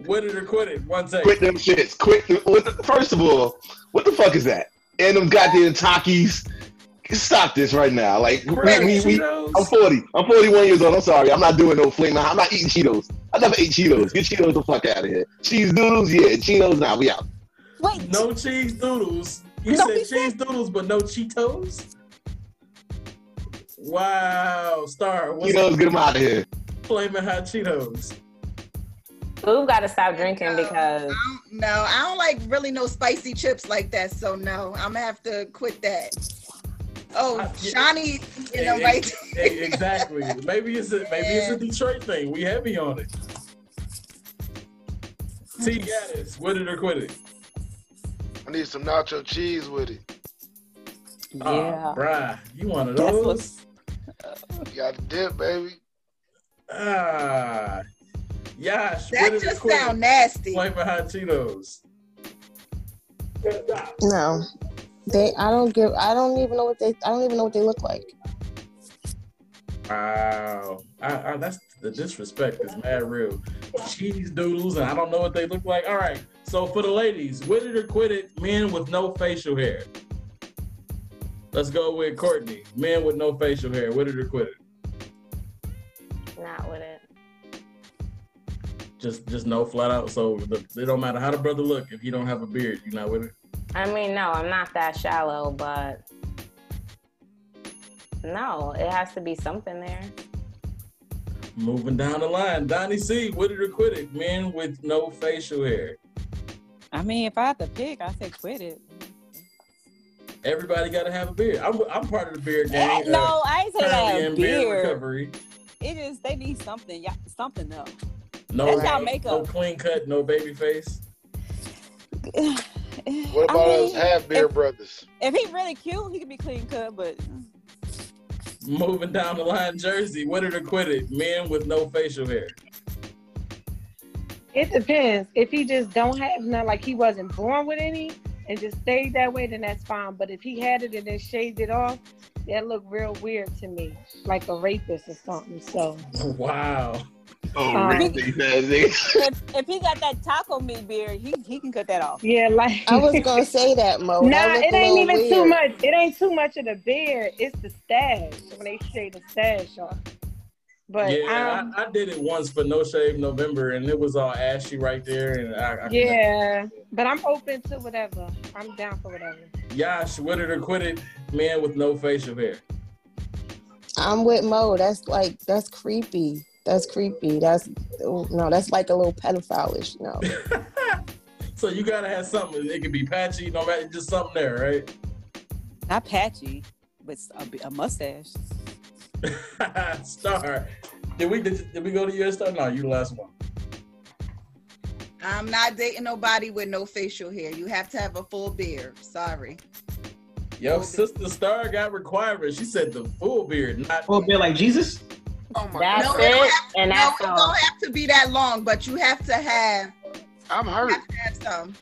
With it or quit it. One take. Quit them shits. Quit. Them. What the, first of all, what the fuck is that? And them goddamn Takis. Stop this right now. Like, we, Flaming we, we, Cheetos? I'm 40. I'm 41 years old. I'm sorry. I'm not doing no flaming. hot- I'm not eating Cheetos. I never ate Cheetos. Get Cheetos the fuck out of here. Cheese doodles, yeah. Cheetos, nah, we out. Wait, No cheese doodles. You No, said he cheese doodles, but no Cheetos? Wow, Star, what's Cheetos, get them out of here. flaming hot Cheetos? We've got to stop drinking No. because I don't- Mm, No, I don't like really no spicy chips like that. So no, I'm gonna have to quit that. Oh, I- Johnny, you know, Yeah, right? yeah, E-, exactly. Maybe it's a maybe it's a Detroit thing. We heavy on it. T Gaddis, with it or quit it. I need some nacho cheese with it. yeah. Oh, bruh, you one of That's those? what's You got to dip, baby. Ah, Yash, with That it or just quit sound it. nasty. Flaming hot Cheetos. No, they. I don't give. I don't even know what they. I don't even know what they look like. Wow, I, I, that's the disrespect is mad real. Cheese doodles, and I don't know what they look like. All right, so for the ladies, with it or quit it, men with no facial hair. Let's go with Courtney. Men with no facial hair, with it or quit it. not with it. Just, just no flat out. So the, it don't matter how the brother look. If you don't have a beard, you're not with it. I mean, no, I'm not that shallow, but no, it has to be something there. Moving down the line, Donnie C. With it or quit it. Men with no facial hair. I mean, if I had to pick, I say quit it. Everybody got to have a beard. I'm, I'm part of the beard gang. uh, no, I ain't say currently that in beard. recovery. It is they need something, yeah, something though. No, That's not no- makeup. No clean cut, no baby face. What about I us mean, half beer if- brothers? if he really cute, he could be clean cut, but Moving down the line, Jersey, with it or quit it. Men with no facial hair. It depends. If he just don't have none, like he wasn't born with any, and just stayed that way, then that's fine. But if he had it and then shaved it off, that looked real weird to me, like a rapist or something. So Wow. Oh, Um, Rick, they said they- if, if he got that taco meat beard, he he can cut that off. yeah, like I was gonna say that, Mo. That Nah, look it a ain't little even weird. too much. It ain't too much of the beard. It's the stash when they shave the stash off. But yeah, um, I, I did it once for No Shave November, and it was all ashy right there. And I, I yeah, but I'm open to whatever. I'm down for whatever. Yash, with it or quit it. Men with no facial hair. I'm with Mo. That's like that's creepy. That's creepy. That's oh, no. That's like a little pedophilish. No. So you gotta have something. It could be patchy, no matter, just something there, right? Not patchy, but a, b- a mustache. Star. Did we did, did we go to your star? No, you the last one. I'm not dating nobody with no facial hair. You have to have a full beard. Sorry. Yo, Full sister Star got requirements. She said the full beard, not Or be like Jesus. Oh my That's god. No, it don't it, and No, that's it all. don't have to be that long, but you have to have I'm hurt. have some.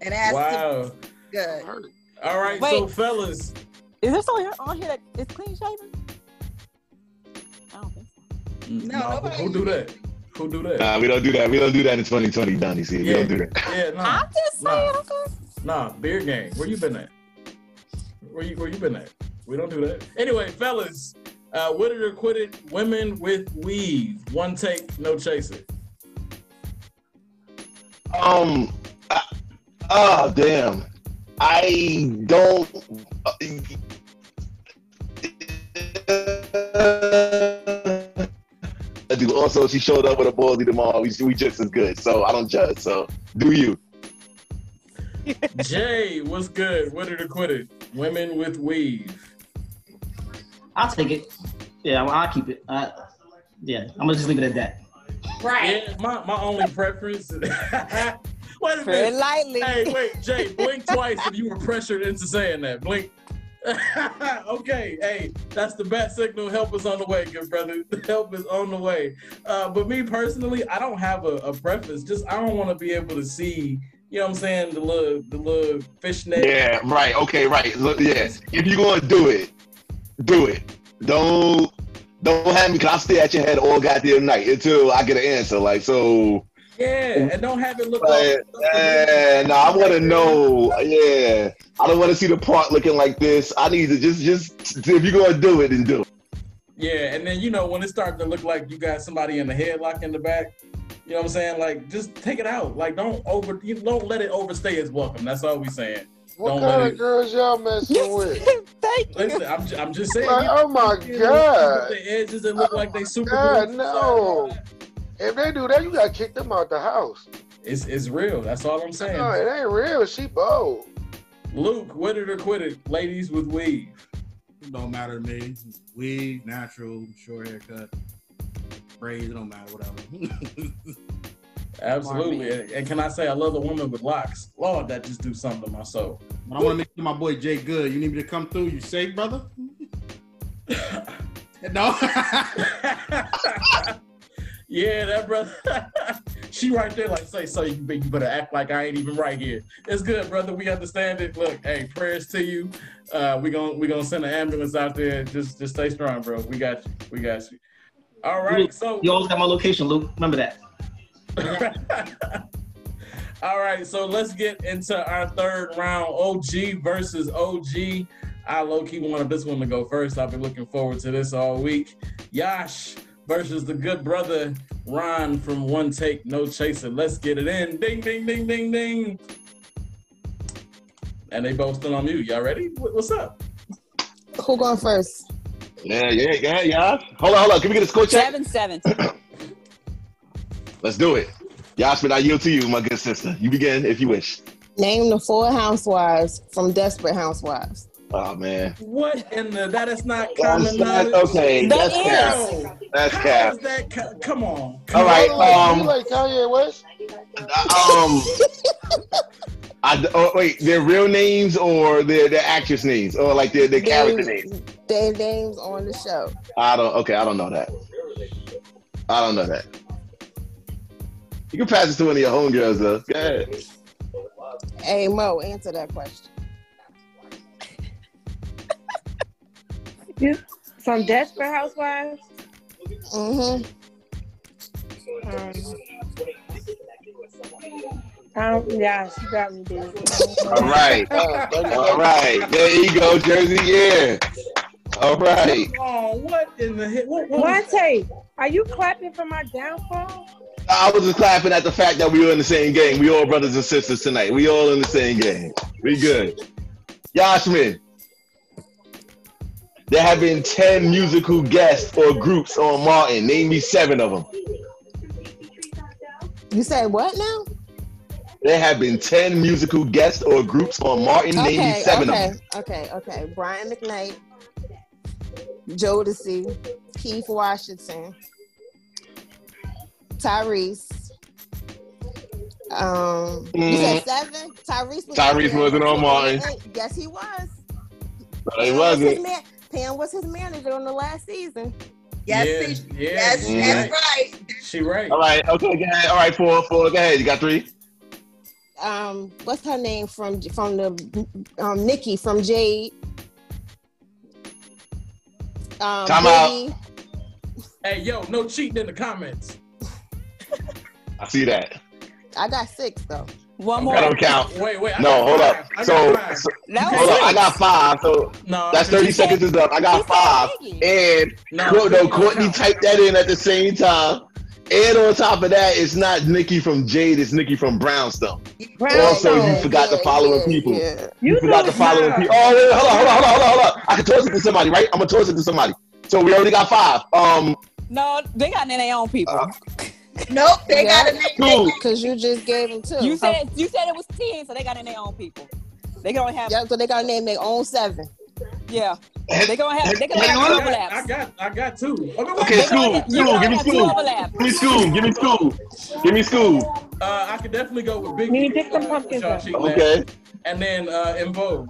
It has to wow. be good. I'm hurt. All right, Wait. so fellas, Is there someone here on here that is clean shaven? I don't think so. No, nobody- who do that? Who do that? Nah, we don't do that. We don't do that in 2020, Donnie. See, we Yeah. don't do that. Yeah, nah, I'm just nah. saying. okay. nah, beer gang. Where you been at? Where you where you been at? We don't do that. Anyway, fellas, uh, with it or quit it. Women with weave. One take, no chaser. Um. I- Ah, damn. I don't. uh, I do. Also, she showed up with a ballsy tomorrow. We, we just as good, so I don't judge. So do you? Jay, what's good? What it or quit it? Women with weave. I'll take it. Yeah, well, I'll keep it. I, yeah, I'm gonna just leave it at that. Right. Yeah, my, my only preference. wait a Tread minute. lightly. Hey, wait, Jay, blink twice if you were pressured into saying that. Blink. okay, hey, that's the bat signal. Help is on the way, good brother. Help is on the way. Uh, but me personally, I don't have a, a preference. Just I don't want to be able to see, you know what I'm saying, the little the little fishnet. Yeah. Right. Okay. Right. Look. Yeah. If you're gonna do it, do it. Don't don't have me. Cause I stay at your head all goddamn night until I get an answer. Like so. Yeah, and don't have it look like But, yeah, no, I want to know. Yeah, I don't want to see the part looking like this. I need to just, just if you're gonna do it, then do it. Yeah, and then you know when it starts to look like you got somebody in the headlock in the back, you know what I'm saying? Like just take it out. Like don't over you don't let it overstay its welcome. That's all we saying. What Don't kind let of it- girls y'all messing with? Thank you. Listen, I'm, ju- I'm just saying. Like, oh my you know, god. Oh The edges that look like they super. God, glued. no. If they do that, you gotta kick them out the house. It's it's real. That's all I'm saying. No, it ain't real. She bold. Luke, with it or quit it, ladies with weave. It don't matter to me. Wig, natural, short haircut, braids, it don't matter, whatever. Absolutely. And can I say I love a woman with locks? Lord, that just do something to my soul. but I want to make sure my boy Jay good. You need me to come through. You safe, brother? no. Yeah, that brother. she right there, like say, so you, be- you better act like I ain't even right here. It's good, brother. We understand it. Look, hey, prayers to you. Uh, we gon' we gonna send an ambulance out there. Just just stay strong, bro. We got you. We got you. All right, so You always got my location, Luke. Remember that. all right, so let's get into our third round. OG versus OG. I low key wanted this one to go first. I've been looking forward to this all week. Yash versus the good brother Ron from One Take No Chaser. Let's get it in. Ding ding ding ding ding. And they both still on mute. Y'all ready? What- What's up? Who going first? Yeah, yeah, yeah, yeah. Hold on, hold on. Can we get a score check? Seven seven. Let's do it. Yasmin, I yield to you, my good sister. You begin if you wish. Name the four housewives from Desperate Housewives. Oh man, What in the that is not that's common knowledge. not, okay. That that's is. cap. No. That's How cap. is that? co- Come on. All right. Like, you Um. like Kanye West? Um. I, oh, wait, their real names or their their actress names or like their their character names? Their names on the show. I don't. Okay, I don't know that. I don't know that. You can pass it to one of your homegirls though. Go ahead. Hey Mo, answer that question. From Desperate Housewives. Mm-hmm. Um, um, yeah, she got me dude. All right. Uh, All right. There you go, Jersey. Yeah. All right. Come on. What in the hit? What, what was One take. Are you clapping for my downfall? I was just clapping at the fact that we were in the same game. We all brothers and sisters tonight. We all in the same game. We good. Yasmin. There have been 10 musical guests or groups on Martin. Name me seven of them. You say what now? There have been 10 musical guests or groups on Martin. Name me Okay, seven of okay, them. okay, okay. Brian McKnight, Jodeci, Keith Washington, Tyrese. Um, you said seven. Tyrese. Was Mm-hmm. Tyrese there. wasn't on mine. Yes, he was. No, it Pam was his wasn't. man- Pam was his manager on the last season. Yes, Yeah, see, yeah, yes, she that's right. right. She right. Mm-hmm. All right. Okay. Go ahead. All right. Four. Four. Go ahead. You got three? Um, what's her name from from the um, Nikki from Jade? Um, Time out. Biggie. Hey, yo, no cheating in the comments. I see that. I got six though. That One more. don't count. Wait, wait. I No, got hold five. up. I got So, five. so That hold up. I was got five. So no, that's 30 seconds is up. I got five. He said Biggie. And No, Cour- no, Courtney don't Courtney count. typed that in at the same time. And on top of that, it's not Nikki from Jade, it's Nikki from Brownstone. also, you forgot the following people. You, forgot the following people. Oh, wait, hold on, hold on, hold on, hold on, hold on. I can toss it to somebody, right? I'm gonna toss it to somebody. So we already got five. Um, No, they got in their own people. Uh, Nope, they got a two. Because you just gave them two. Oh. You said you said it was ten, so they got in their own people. They gonna have yeah, so they gotta name their own seven. yeah. They gonna have they gonna Hang have on. two I overlaps. got, I got two. Okay, wait, school, You school, gonna give me have two school, overlaps. give me school, give me school, give me school. Uh, I could definitely go with Big. You need Meat, to pick some uh, pumpkins y'all up. cheating at. Okay, And then uh, in Vogue.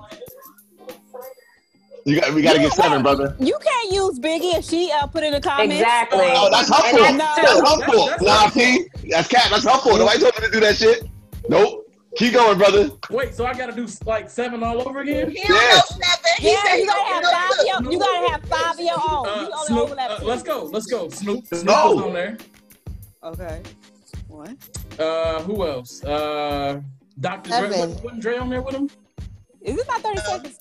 you got, we gotta You get know seven, what? brother. You can't use Biggie if she uh, put in the comments. Exactly. Oh, that's her fault. And that's That's two. her fault. That's- Nah, that's- P, that's cat. That's her fault. Nobody told me to do that shit. Nope. Keep going, brother. Wait, so I gotta do like seven all over again? He don't know Yes. seven. He Yeah, said he you gotta don't have know five. two. Yo, you gotta have five of your own. Uh, you only Snoop, overlap. uh, two. let's go, let's go. Snoop, Snoop No. is on there. Okay. What? Uh, who else? Uh, Dr. Dre. Evan. Wasn't, wasn't Dre on there with him? Is this not thirty seconds?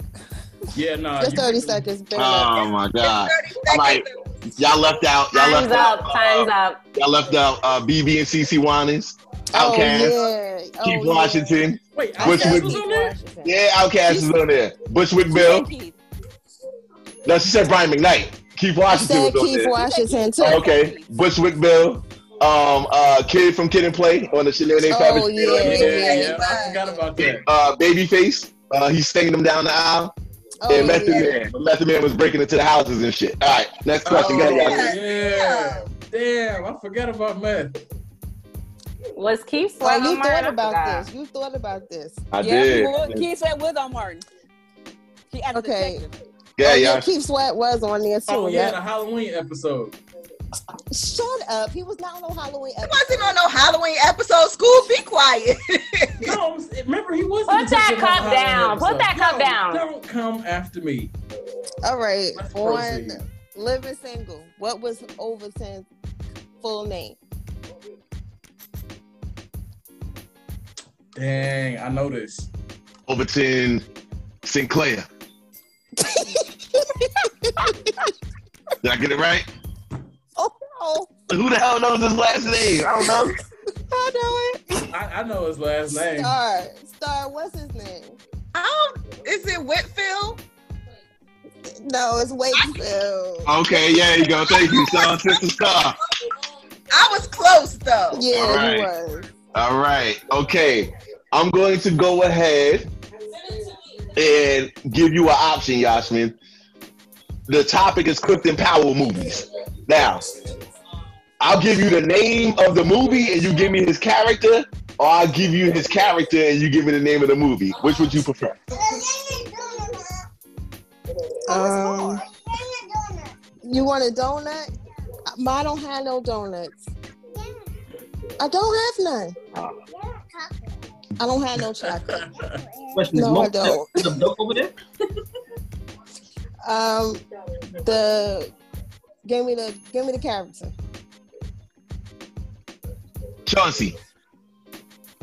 Yeah, no. Just 30 seconds. bring it up. Oh my god. 30 I'm like, seconds. y'all left out. Y'all Time's left up. out. Time's uh, up. Y'all left out. Uh, BB and CC Winans. Oh, Outcast. yeah. Keith Oh, yeah. Washington. Wait, Which Outkast would- was on there? Yeah, Outcast is on there. Bushwick Bill. Keith. No, she said Brian McKnight. Keith I Washington said was on Keith there. Washington, too. Oh, Okay. Bushwick Bill. Um, uh, kid from Kid and Play on the Chanel Name Oh, Yeah, Yeah, yeah, he I forgot about that. Uh, Babyface. Uh, he's stinging them down the aisle. Oh, and Method yeah. Man. But Method Man was breaking into the houses and shit. All right, next question. Go Oh, ahead, yeah. y'all. Damn, I forgot about meth. Was Keith Well, Sweat you on mine? thought I about forgot. this. You thought about this. I yeah, did. Keith, Keith said with on Martin. He added Okay. okay. Yeah, oh, yeah. yeah. Keith Sweat was on there too. Oh yeah, That- the Halloween episode. Shut up. He was not on no Halloween He episode. wasn't on no Halloween episode. School, be quiet. No, I'm- remember he was. Put that cup down. Put that cup down. Don't come after me. All right. Let's On proceed. Living Single. What was Overton's full name? Dang, I know this. Overton Sinclair. Did I get it right? Oh, no. Who the hell knows his last name? I don't know. I know it. I, I know his last name. Star. Star, what's his name? I don't. Is it Whitfield? Oh, No, it's Wakefield. Okay, yeah, you go. Thank you, son. Sister Star. I was close though. Yeah, All right. he was. All right. Okay. I'm going to go ahead and give you an option, Yasmin. The topic is Clifton Powell movies. Now, I'll give you the name of the movie and you give me his character, or I'll give you his character and you give me the name of the movie. Which would you prefer? Um, you want a donut? I don't have no donuts. I don't have none. I don't have no chocolate. Question is, No, I most- don't. is the dope over there? Um, the give me the give me the character. Chauncey.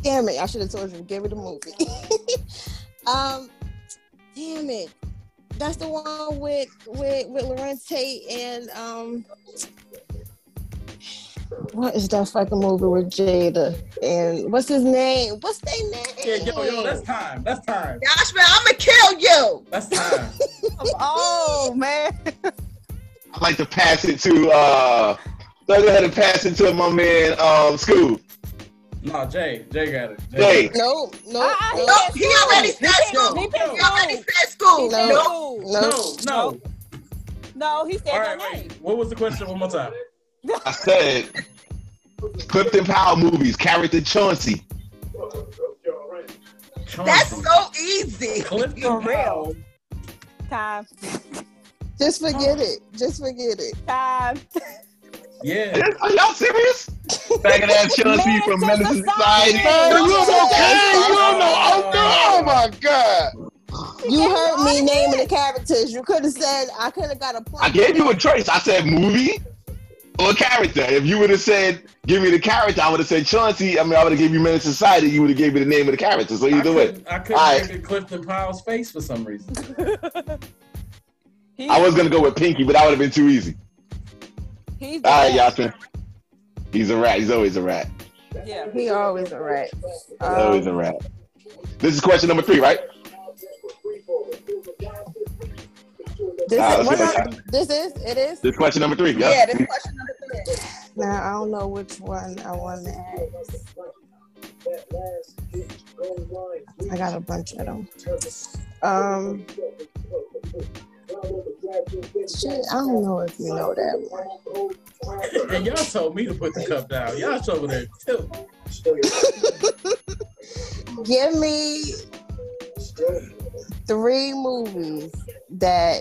Damn it! I should have told you. to Give me the movie. um, damn it! That's the one with with with Lorenz Tate and um. What is that fucking movie with Jada and what's his name? What's their name? Yeah, yo, yo, that's time. That's time. Gosh, man, I'm gonna kill you. That's time. Oh man. I'd like to pass it to uh I'll go ahead and pass it to my man um Scoop. no, Jay. Jay got it. Jay. Hey, No, no, I- I- no, Nope, Uh-uh, he already said No, school. he He picked already no. said school. He No. said Nope. no. No, no. no. No. No, he said All no right, name. wait. What was the question? One more time. I said Clifton Powell movies, character Chauncey. Chauncey. That's so easy. Clifton For real. Powell. Time. Just forget it. Just forget it. Time. Yeah. Are y'all serious? Faggot ass Chauncey Man, from so Medicine society. Society. Man, you don't know. Yes. You don't know. Uh, Oh, no. oh my God. You heard me naming the characters. You could have said I could have got a point. I gave you a choice. I said movie or character. If you would have said, give me the character, I would have said Chauncey. I mean, I would have gave you Men in Society. You would have gave me the name of the character. So I either way, couldn't, I couldn't All right. look at Clifton Powell's face for some reason. He, I was going to go with Pinky, but that would have been too easy. he's the All right, best. Yasmin. He's a rat. He's always a rat. Yeah, he always a rat. He's always a rat. Um, This is question number three, right? This, Ah, is, let's what see I- this is it is. This is question number three. Yeah. Yeah, this question number three. Now I don't know which one I want to Mm. ask. I got a bunch of them. Um, shit, I don't know if you know that one. And y'all told me to put the cup down. Y'all over there. too. Give me three movies that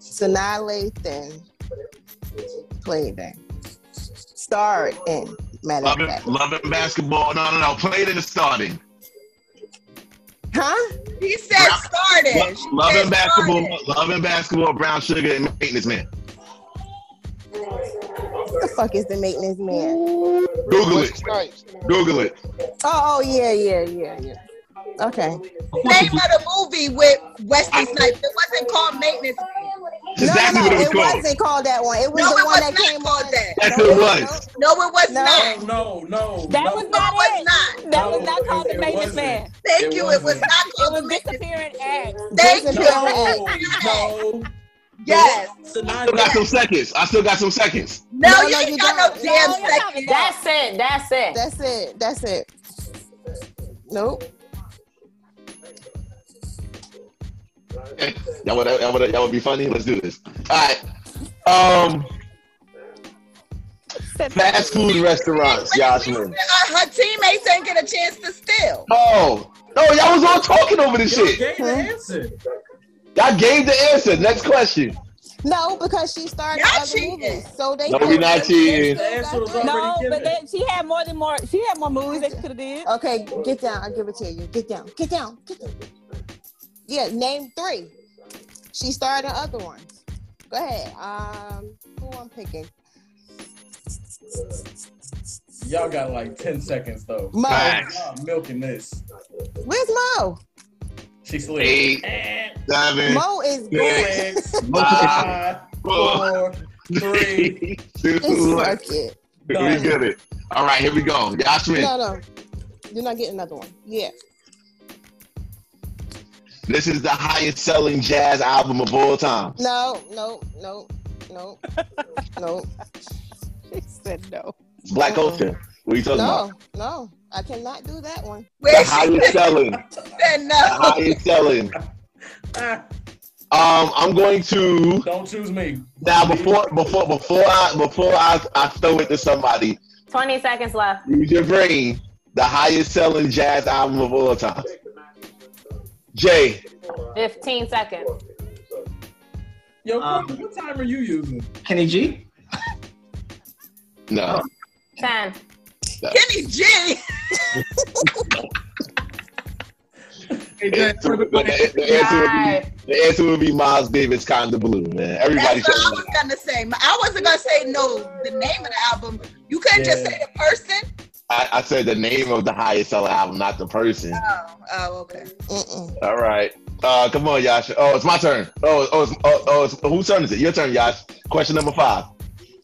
Sanaa Lathan played in. Starred in, matter Love of it, fact. love it, basketball. No, no, no. Played in the starting. Huh? He said started. She Love said and basketball. started. Love and basketball. Brown sugar and maintenance man. What the fuck is the maintenance man? Google it. Snipes. Google it. Oh, oh, yeah, yeah, yeah, yeah. Okay. Name of the movie with Wesley Snipes. It wasn't called Maintenance. That's exactly no, no, what it was it called. wasn't called that one. It was No, the it one was that not came called on. that. Yes, No, it was. No, it was No. not. No, no. That no. was No, not it it. was not. That was No, not called it the maintenance wasn't. man. Thank It you. It was wasn't. not It called was Maintenance. disappearing acts. Thank Disappearing you. Acts. No. Yes. I Sinatra- still got some seconds. I still got some seconds. No, No, you no, ain't you got no don't. damn No, you second. That's it. That's it. That's it. That's it. Nope. Okay. Y'all would, y'all would, y'all would be funny. Let's do this. All right. Um, fast food restaurants. Josh Uh, wins. her teammates ain't get a chance to steal. Oh no, y'all was all talking over this Y'all shit. gave the answer. Y'all gave the answer. Next question. No, because she started Y'all other cheating. movies. So they No, could- we not cheating. The answer was already No, but given. then she had more than more. She had more moves that she could have did. Okay, get down. I'll give it to you. Get down. Get down. Get down. Yeah, name three. She started in other ones. Go ahead. Um, who I'm picking? Y'all got like 10 seconds though. Mo. Facts. Y'all milking this. Where's Mo? She Eh. slid. Eight, And seven, Mo is good. six, five, five, four, four, three. three, two, It's one. wicked. We get it. All right, here we go. Josh Smith. No, no. You're not getting another one. Yeah. This is the highest selling jazz album of all time. No, no, no, no, no, She said no. It's black Uh-uh. culture. What are you talking about? no, no. I cannot do that one. The Where she highest selling. The said no. highest selling. Um, Ah, I'm going to don't choose me. now before before before I before I, I throw it to somebody. 20 seconds left. Use your brain. The highest selling jazz album of all time. Jay, 15 seconds. Yo, Um, Courtney, what time are you using? Kenny G. no. 10. Kenny G. The Hey, Jay, answer for the would be, the answer would be Miles Davis, Kinda Blue, man. Everybody That's what I should was gonna say. I wasn't gonna say no. The name of the album. You couldn't just say the person. I, I said the name of the highest selling album, not the person. Oh, oh, okay. Mm-mm. All right. Uh, come on, Yash. Oh, it's my turn. Oh, oh, it's, oh, oh it's, whose turn is it? Your turn, Yash. Question number five.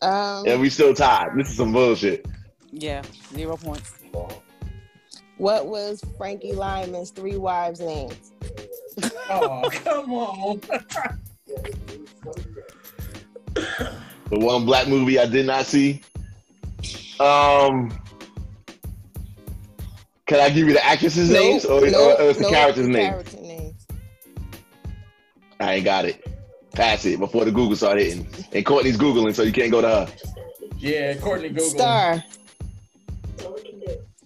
Um, And we still tied. This is some bullshit. Yeah, zero points. What was Frankie Lyman's three wives' names? Oh, come on. The one black movie I did not see. Um, can I give you the actresses' names, or, or, or it's the characters' the name? character names. I ain't got it. Pass it before the Google start hitting. And Courtney's googling, so you can't go to her. Yeah, Courtney Google. Star.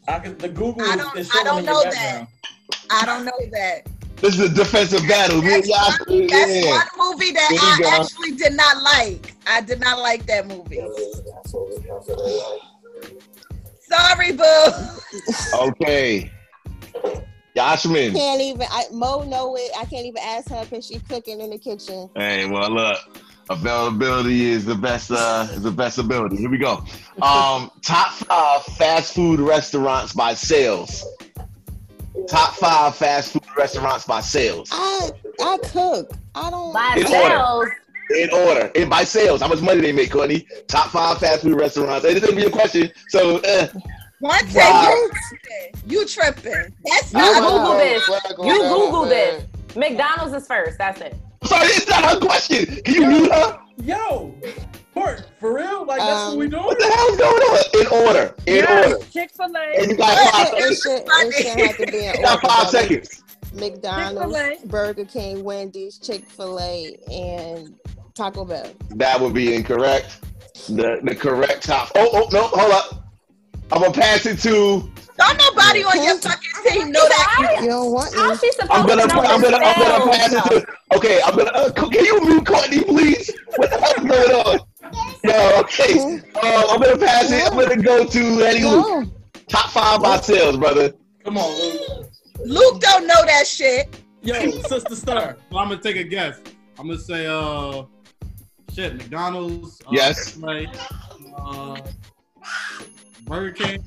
I could, the Google I is- don't- is I showing don't in your know that. background. I don't know that. This is a defensive battle. Me and That's, Yash. one, that's yeah. one movie There that you I go. actually did not like. I did not like that movie. Sorry, boo. Okay. Yashman. Can't even. I, Mo know it. I can't even ask her because she's cooking in the kitchen. Hey, well, look, availability is the best. Uh, is the best ability. Here we go. Um, top five fast food restaurants by sales. Top five fast food restaurants by sales. I I cook. I don't. By In order. sales. in order and by sales. How much money they make, Courtney? Top five fast food restaurants. Hey, this ain't be a question. So uh, One thing, Wow. you tripping. You tripping. That's You not Google this. on You that Google one, this. McDonald's is first. That's it. sorry, it's not her question. Can you mute her? Yo, for, for real? Like, that's what Um, we doing? What the hell's going on? In order. In order. Yes, Chick Fil And A. you got five It seconds. should, it should have to be You in got order. five though. seconds. McDonald's, Chick-fil-A. Burger King, Wendy's, Chick Fil A, and Taco Bell. That would be incorrect. The the correct top. Oh, oh no, hold up. I'm gonna pass it to Don't nobody on your fucking team know that. You don't want How's me. she supposed Oh, I'm gonna to know I'm this gonna I'm gonna now? pass it to Okay, I'm gonna uh, co- can you mute Courtney please? What the hell's going on? No, okay. Um, I'm gonna pass it. I'm gonna go to Eddie Luke. No. Top five by sales, brother. Come on, Luke. Luke don't know that shit. Yo, Sister Star. Well, I'm gonna take a guess. I'm gonna say, uh, shit, McDonald's. Uh, Yes. Like, uh, Burger King.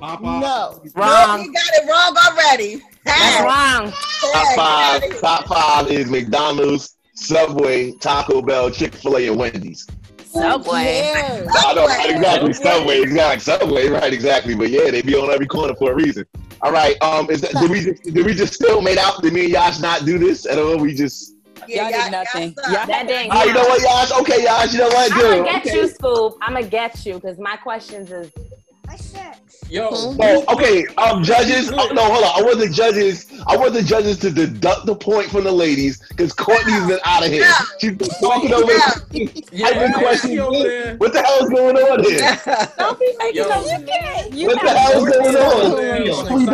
Popeye. No. Luke, Wrong. you got it wrong already. That's wrong. Top five. Top five is McDonald's, Subway, Taco Bell, Chick Fil A, and Wendy's. Subway. Yeah. I don't right, exactly Subway, exactly Subway, right? Exactly, but yeah, they be on every corner for a reason. All right, um, is that did we just, did we just still made out? Did me and Yash not do this at all? We just Y'all did nothing. suck. Y'all- That didn't. oh, you know what, count. Yash? Okay, Yash, you know what, I'm gonna dude? get okay. you, Scoop. I'm gonna get you because my questions is Yo, Hmm? Oh, okay, um, judges. Oh, no, hold on. I want the judges. I want the judges to deduct the point from the ladies because Courtney's been out of here. She's been talking over. yeah, Every yeah, question- yo, man. What the hell's going on here? Don't be making Yo. up shit. You What the got hell's going on? Man, What we doing?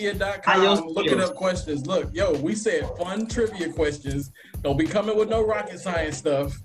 Encyclopedia.com, Adios. looking up questions. Look, yo, we said fun trivia questions. Don't be coming with no rocket science stuff.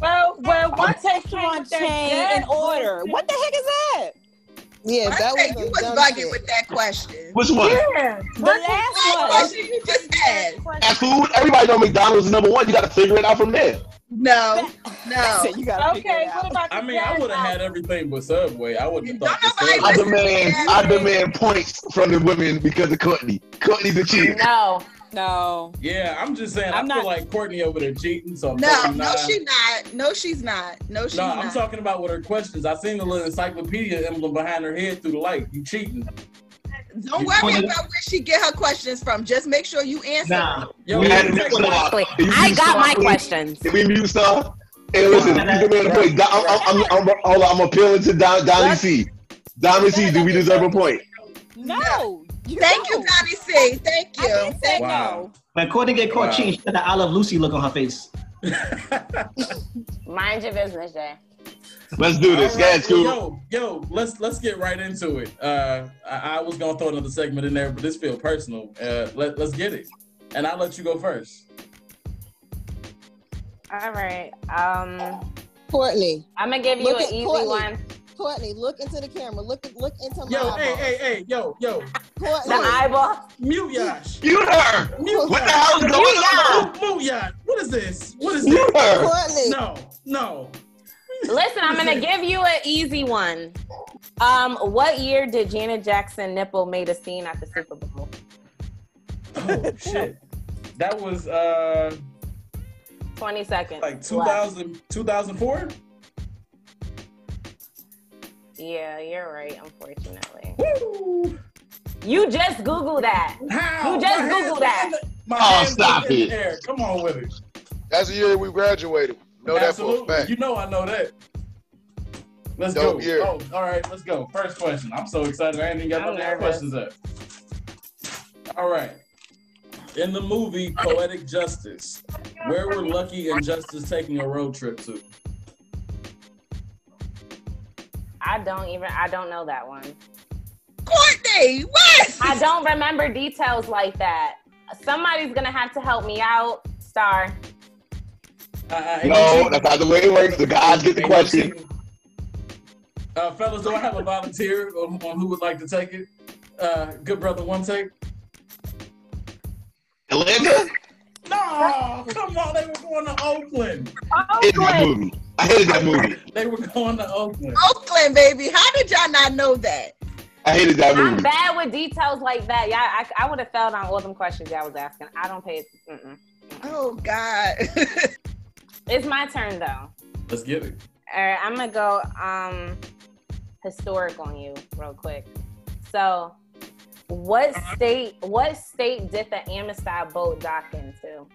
Well, well, One one take on chain in order. What the heck is that? I Yeah, that think was you a was dumb bugging shit. with that question. Which one? Yeah. The last What one. question you just had? Fast food. Everybody know McDonald's is number one. You got to figure it out from there. No, no. Said you gotta figure Okay, it out. what about I the mean, I jazz would have had everything but Subway. I wouldn't have thought Don't I the nobody- demand I demand points from the women because of Courtney. Courtney's the cheater. no. No. Yeah, I'm just saying. i I'm feel not- like Courtney over there cheating. So I'm No, talking no, nine. she's not. No, she's not. No, she's No, not. I'm talking about with her questions. I seen the little encyclopedia emblem behind her head through the light. You cheating? Don't You worry pointed- about where she get her questions from. Just make sure you answer. Nah. Yo, Man, you next one. Exactly. If you I got my stop me- questions. If we mute stuff, hey, listen, Nah, you demand a point. Don- I'm, I'm, I'm, hold on, I'm appealing to Don, Donnie C. Donnie C, do we deserve a point? No. You Thank you, don't. Donnie C. Thank I you. didn't say Wow. When Courtney get caught Wow. cheating, she got the I love Lucy look on her face. Mind your business, Jay. Let's do this. All right, Yes, cool. Yo, yo, let's let's get right into it. Uh, I, I was gonna throw another segment in there, but this feel personal. Uh, let let's get it, and I'll let you go first. All right. Um, Courtney. I'm gonna give you Look an at easy Courtney. one. Courtney, look into the camera. Look at look into my Yo, hey, eyeball. hey, hey, yo, yo, The Courtney, eyeball. mute Yash. Mute her. Mute What the hell's going on? Mute- Mute Yash. What is this? What is this? Mute her. Courtney. No, no. Listen, I'm gonna give you an easy one. Um, what year did Janet Jackson nipple made a scene at the Super Bowl? Oh shit. That was uh 20 seconds. like left. 2000, 2004? Yeah, you're right. Unfortunately, Woo! you just Google that. How? You just My hands Googled are that. in the- My Oh, hands stop are in the it. air. Come on with it. That's the year we graduated. Know that for Absolutely. a fact. You know I know that. Let's Dope go. year. Oh, all right, let's go. First question. I'm so excited. I ain't even got no I'm damn nervous. questions up. All right. In the movie Poetic Justice, where were Lucky and Justice taking a road trip to? I don't even. I don't know that one. Courtney, what? I don't remember details like that. Somebody's gonna have to help me out. Star. I- I- No, that's not the way it works. The guys get the question. Uh, fellas, do I have a volunteer on, on who would like to take it? Uh, good brother, one take. Atlanta? No, come on. They were going to Oakland. Hated that movie. I hated that movie. They were going oh, to Oakland. Oakland, baby. How did y'all not know that? I hated that I'm movie. bad with details like that. Yeah, I, I would have failed on all them questions y'all was asking. I don't pay. Mm-mm. Oh God. it's my turn though. Let's get it. All right, I'm gonna go um historic on you real quick. So, what Uh-huh. state? What state did the Amistad boat dock into?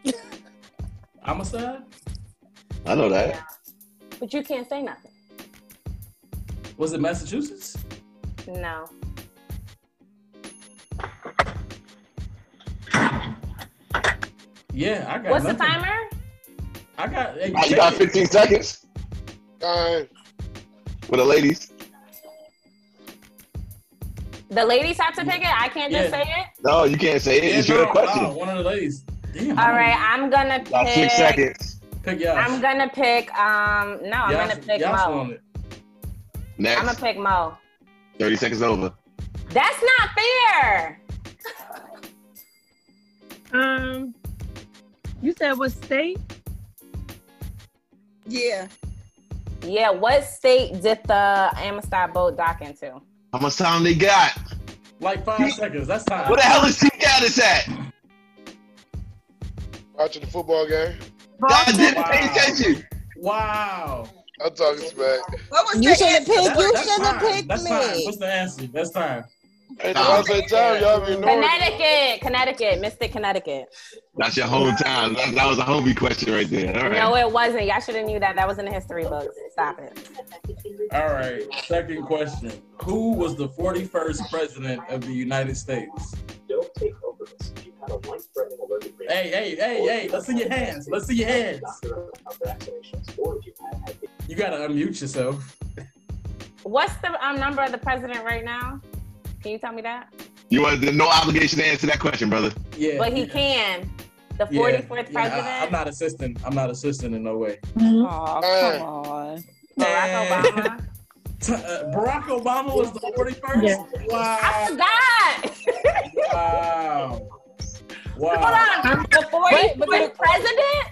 Amistad? I know that. But you can't say nothing. Was it Massachusetts? No. Yeah, I got. What's nothing. the timer? I got. hey, You got 15 seconds for the ladies. The ladies have to pick it. I can't just Yeah. say it. No, you can't say it. Yeah, it's your no, question. no, one of the ladies. Damn. All right, I'm gonna pick. About six seconds. Pick y'all. I'm gonna pick. Um, no, I'm Y'all- gonna pick y'all Mo. on it. Next, I'm gonna pick Mo. 30 seconds over. That's not fair. Um, you said what state? Yeah. Yeah. What state did the Amistad boat dock into? How much time they got? Like five seconds. That's time. Where the hell is T Gaddis at? Watching the football game. I didn't pay attention. Wow. I'm talking smack. What was You the should've answer? picked- you That's should've time. picked That's me. time. What's the answer? That's time. Hey, the last time y'all been ignoring. Connecticut, Connecticut, Mystic, Connecticut. That's your hometown. That, that was a homie question right there. All right. No, it wasn't. Y'all should have knew that. That was in the history books. Stop it. All right. Second question. Who was the 41st president of the United States? Don't take over this. You had a life-threatening allergic reaction. Hey, hey, hey, hey. Let's see your hands. Let's see your hands. You got to unmute yourself. What's the um, number of the president right now? Can you tell me that? You was there's no obligation to answer that question, brother. Yeah. but he can. The Yeah, 44th yeah, president. I, am not assisting. I'm not assisting in no way. Mm-hmm. Oh, Hey. Uh, come on. Man. Barack Obama. T- uh, Barack Obama was the 41st. I Wow. forgot. Wow. Wow. Hold on. The 44th president?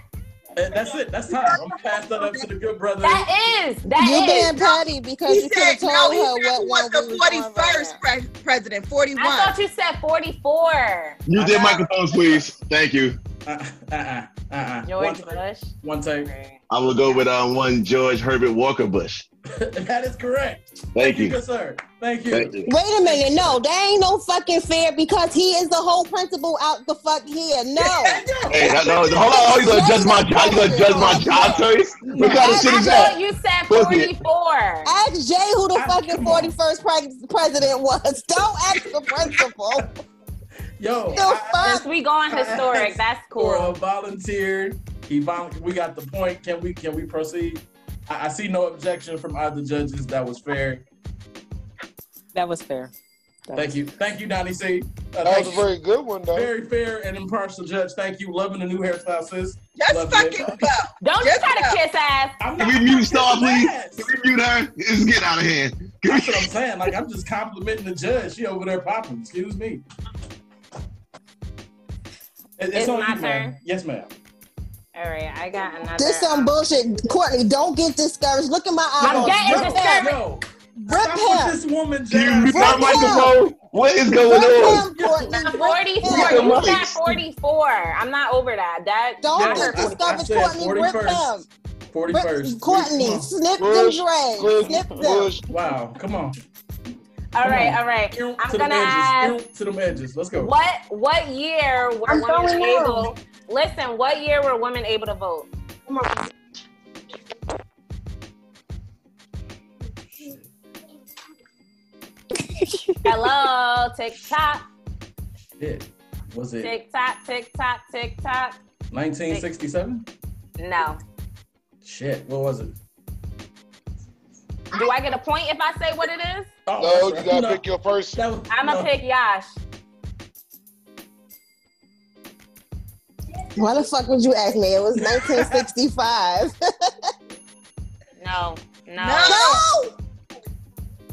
Uh, That's it. That's time. I'm gonna pass that up to the good brother. That is. That you is. being petty because He you could said have no. told He her said what he one was the we was on right forty-first pre- president. Forty-one. I thought you said 44. You did microphones, please. Thank you. Uh, uh, uh, uh, uh. One George take. Bush. One take. I will go with um, one George Herbert Walker Bush. that is correct. Thank you. Good sir. Thank you. Thank you. Wait a minute, no, that ain't no fucking fair because he is the whole principal out the fuck here. No, Hey, that, no, hold on. How you gonna judge my? How you gonna judge my job choice? What kind of I, shit I is thought that? you said Pussy. 44. ask Jay who the I- fucking come on. forty first pre- president was. Don't ask the principal. Yo, The I- I- Since we going historic, that's for a cool. volunteer, he vol- We got the point. Can we? Can we proceed? I, I see no objection from either judges. That was fair. That was fair. That Thank you. Thank you, Donnie C. Uh, That thank was a you. very good one, though. Very fair and impartial judge. Thank you. Loving the new hairstyle, sis. Just Love fucking it. go. Don't you Yes, try to ma'am. kiss ass. I'm Can we mute Star, please? Yes. Can we mute her? It's getting out of hand. Can That's what we- I'm saying. Like I'm just complimenting the judge. She over there popping. Excuse me. It- It's on my you, ma'am. turn. Yes, ma'am. All right, I got another. This some um, bullshit, Courtney. Don't get discouraged. Look at my I'm eyes. getting Rip discouraged. him. Yo, Rip stop with him. this woman, Can you Jazz. mute that Right now. microphone? What is going Rip on? him, Courtney. the Rip 44. him. You said 44. I'm not over that. That Don't That's- get I- I discouraged, said Courtney. Rip 41st. him. Forty Rip first. Courtney, snip them Push, dreads. push, Snip them. push. Wow, come on. all right, on. all right. Ew, I'm to gonna the edges. ask Ew, to the edges. Let's go. what what year were I'm women going able? Listen, what year were women able to vote? Hello, tick tock, Shit. Was it tick tock, tick tock, tick tock. 1967? No. Shit. What was it? Do I get a point if I say what it is? Oh, No, that's you right. gotta No, pick your person. that was- I'ma no. pick Yash. Why the fuck would you ask me? It was 1965. No, no. No. no!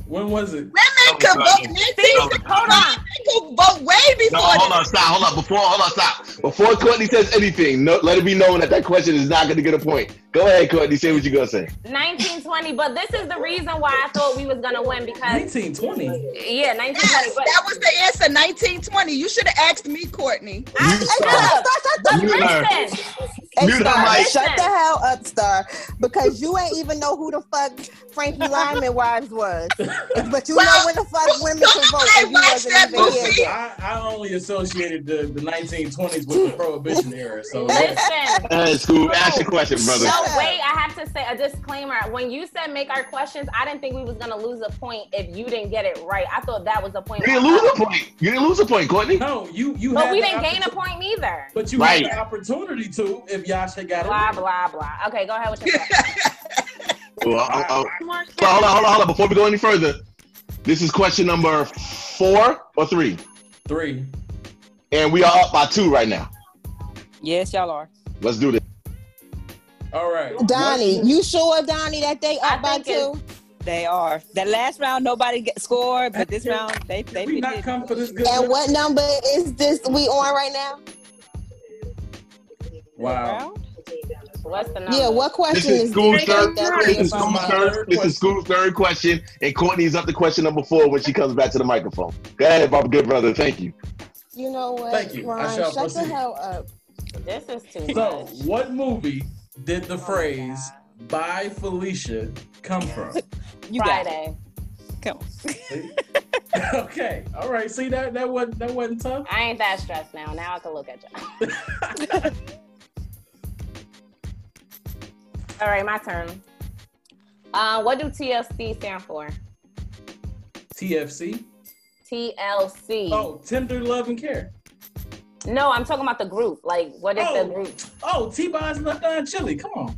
When was it? Women could vote. Nancy, hold on. Women could vote way No, before hold on, stop, hold on. Before, hold on, stop. Before Courtney says anything, no, let it be known that that question is not going to get a point. Go ahead, Courtney. Say what you're going to say. 1920, but this is the reason why I thought we was gonna win because 1920. yeah, 1920. Yes, that was the answer. 1920. You should have asked me, Courtney. I, But Mute her. listen, Hey, Mute her Star, mic. shut the hell up, Star, because you ain't even know who the fuck Frankie Lyman wives was. But you know when the fuck women can vote, and you wasn't even here. yet. I, I only associated the, the 1920s with the Prohibition era. So yeah. listen. That's cool. Ask your question, brother. No, wait, I have to say a disclaimer. When you said make our questions, I didn't think we was gonna lose a point if you didn't get it right. I thought that was a point. You didn't lose a point. You didn't lose a point, Courtney. no, you you. But had we the didn't gain a opportu- point neither. But you Right. had the opportunity to if Yasha got it. Blah right. blah blah. Okay, go ahead with your question. Well, I- I- Hold on, hold on, hold on, hold on. Before we go any further, this is question number four or three, Three. and we are up by two right now. Yes, y'all are. Let's do this. All right. Donnie, you sure Donnie that they I up by think it's- two? They are. That last round, nobody get, scored, but this round, they they Did we did. not come for this good. And what number is this we on right now? Wow. What's the number? Yeah, what This question is is school this? third. This is That's school my third. third This is school third question, and Courtney's up to question number four when she comes back to the microphone. Go ahead, Bob. Good brother. Thank you. You know what, Thank you. I Ron? shall Shut the proceed. hell up. This is too So, much. what movie did the my phrase "by Felicia" come from? You got it. Friday. Come on. okay. All right. See that that wasn't that wasn't tough. I ain't that stressed now. Now I can look at you. All right, my turn. Uh, what do TLC stand for? TFC. TLC. Oh, tender love and care. No, I'm talking about the group. Like, what is the Oh, group? oh, T. Bon's left eye and chili. Come on.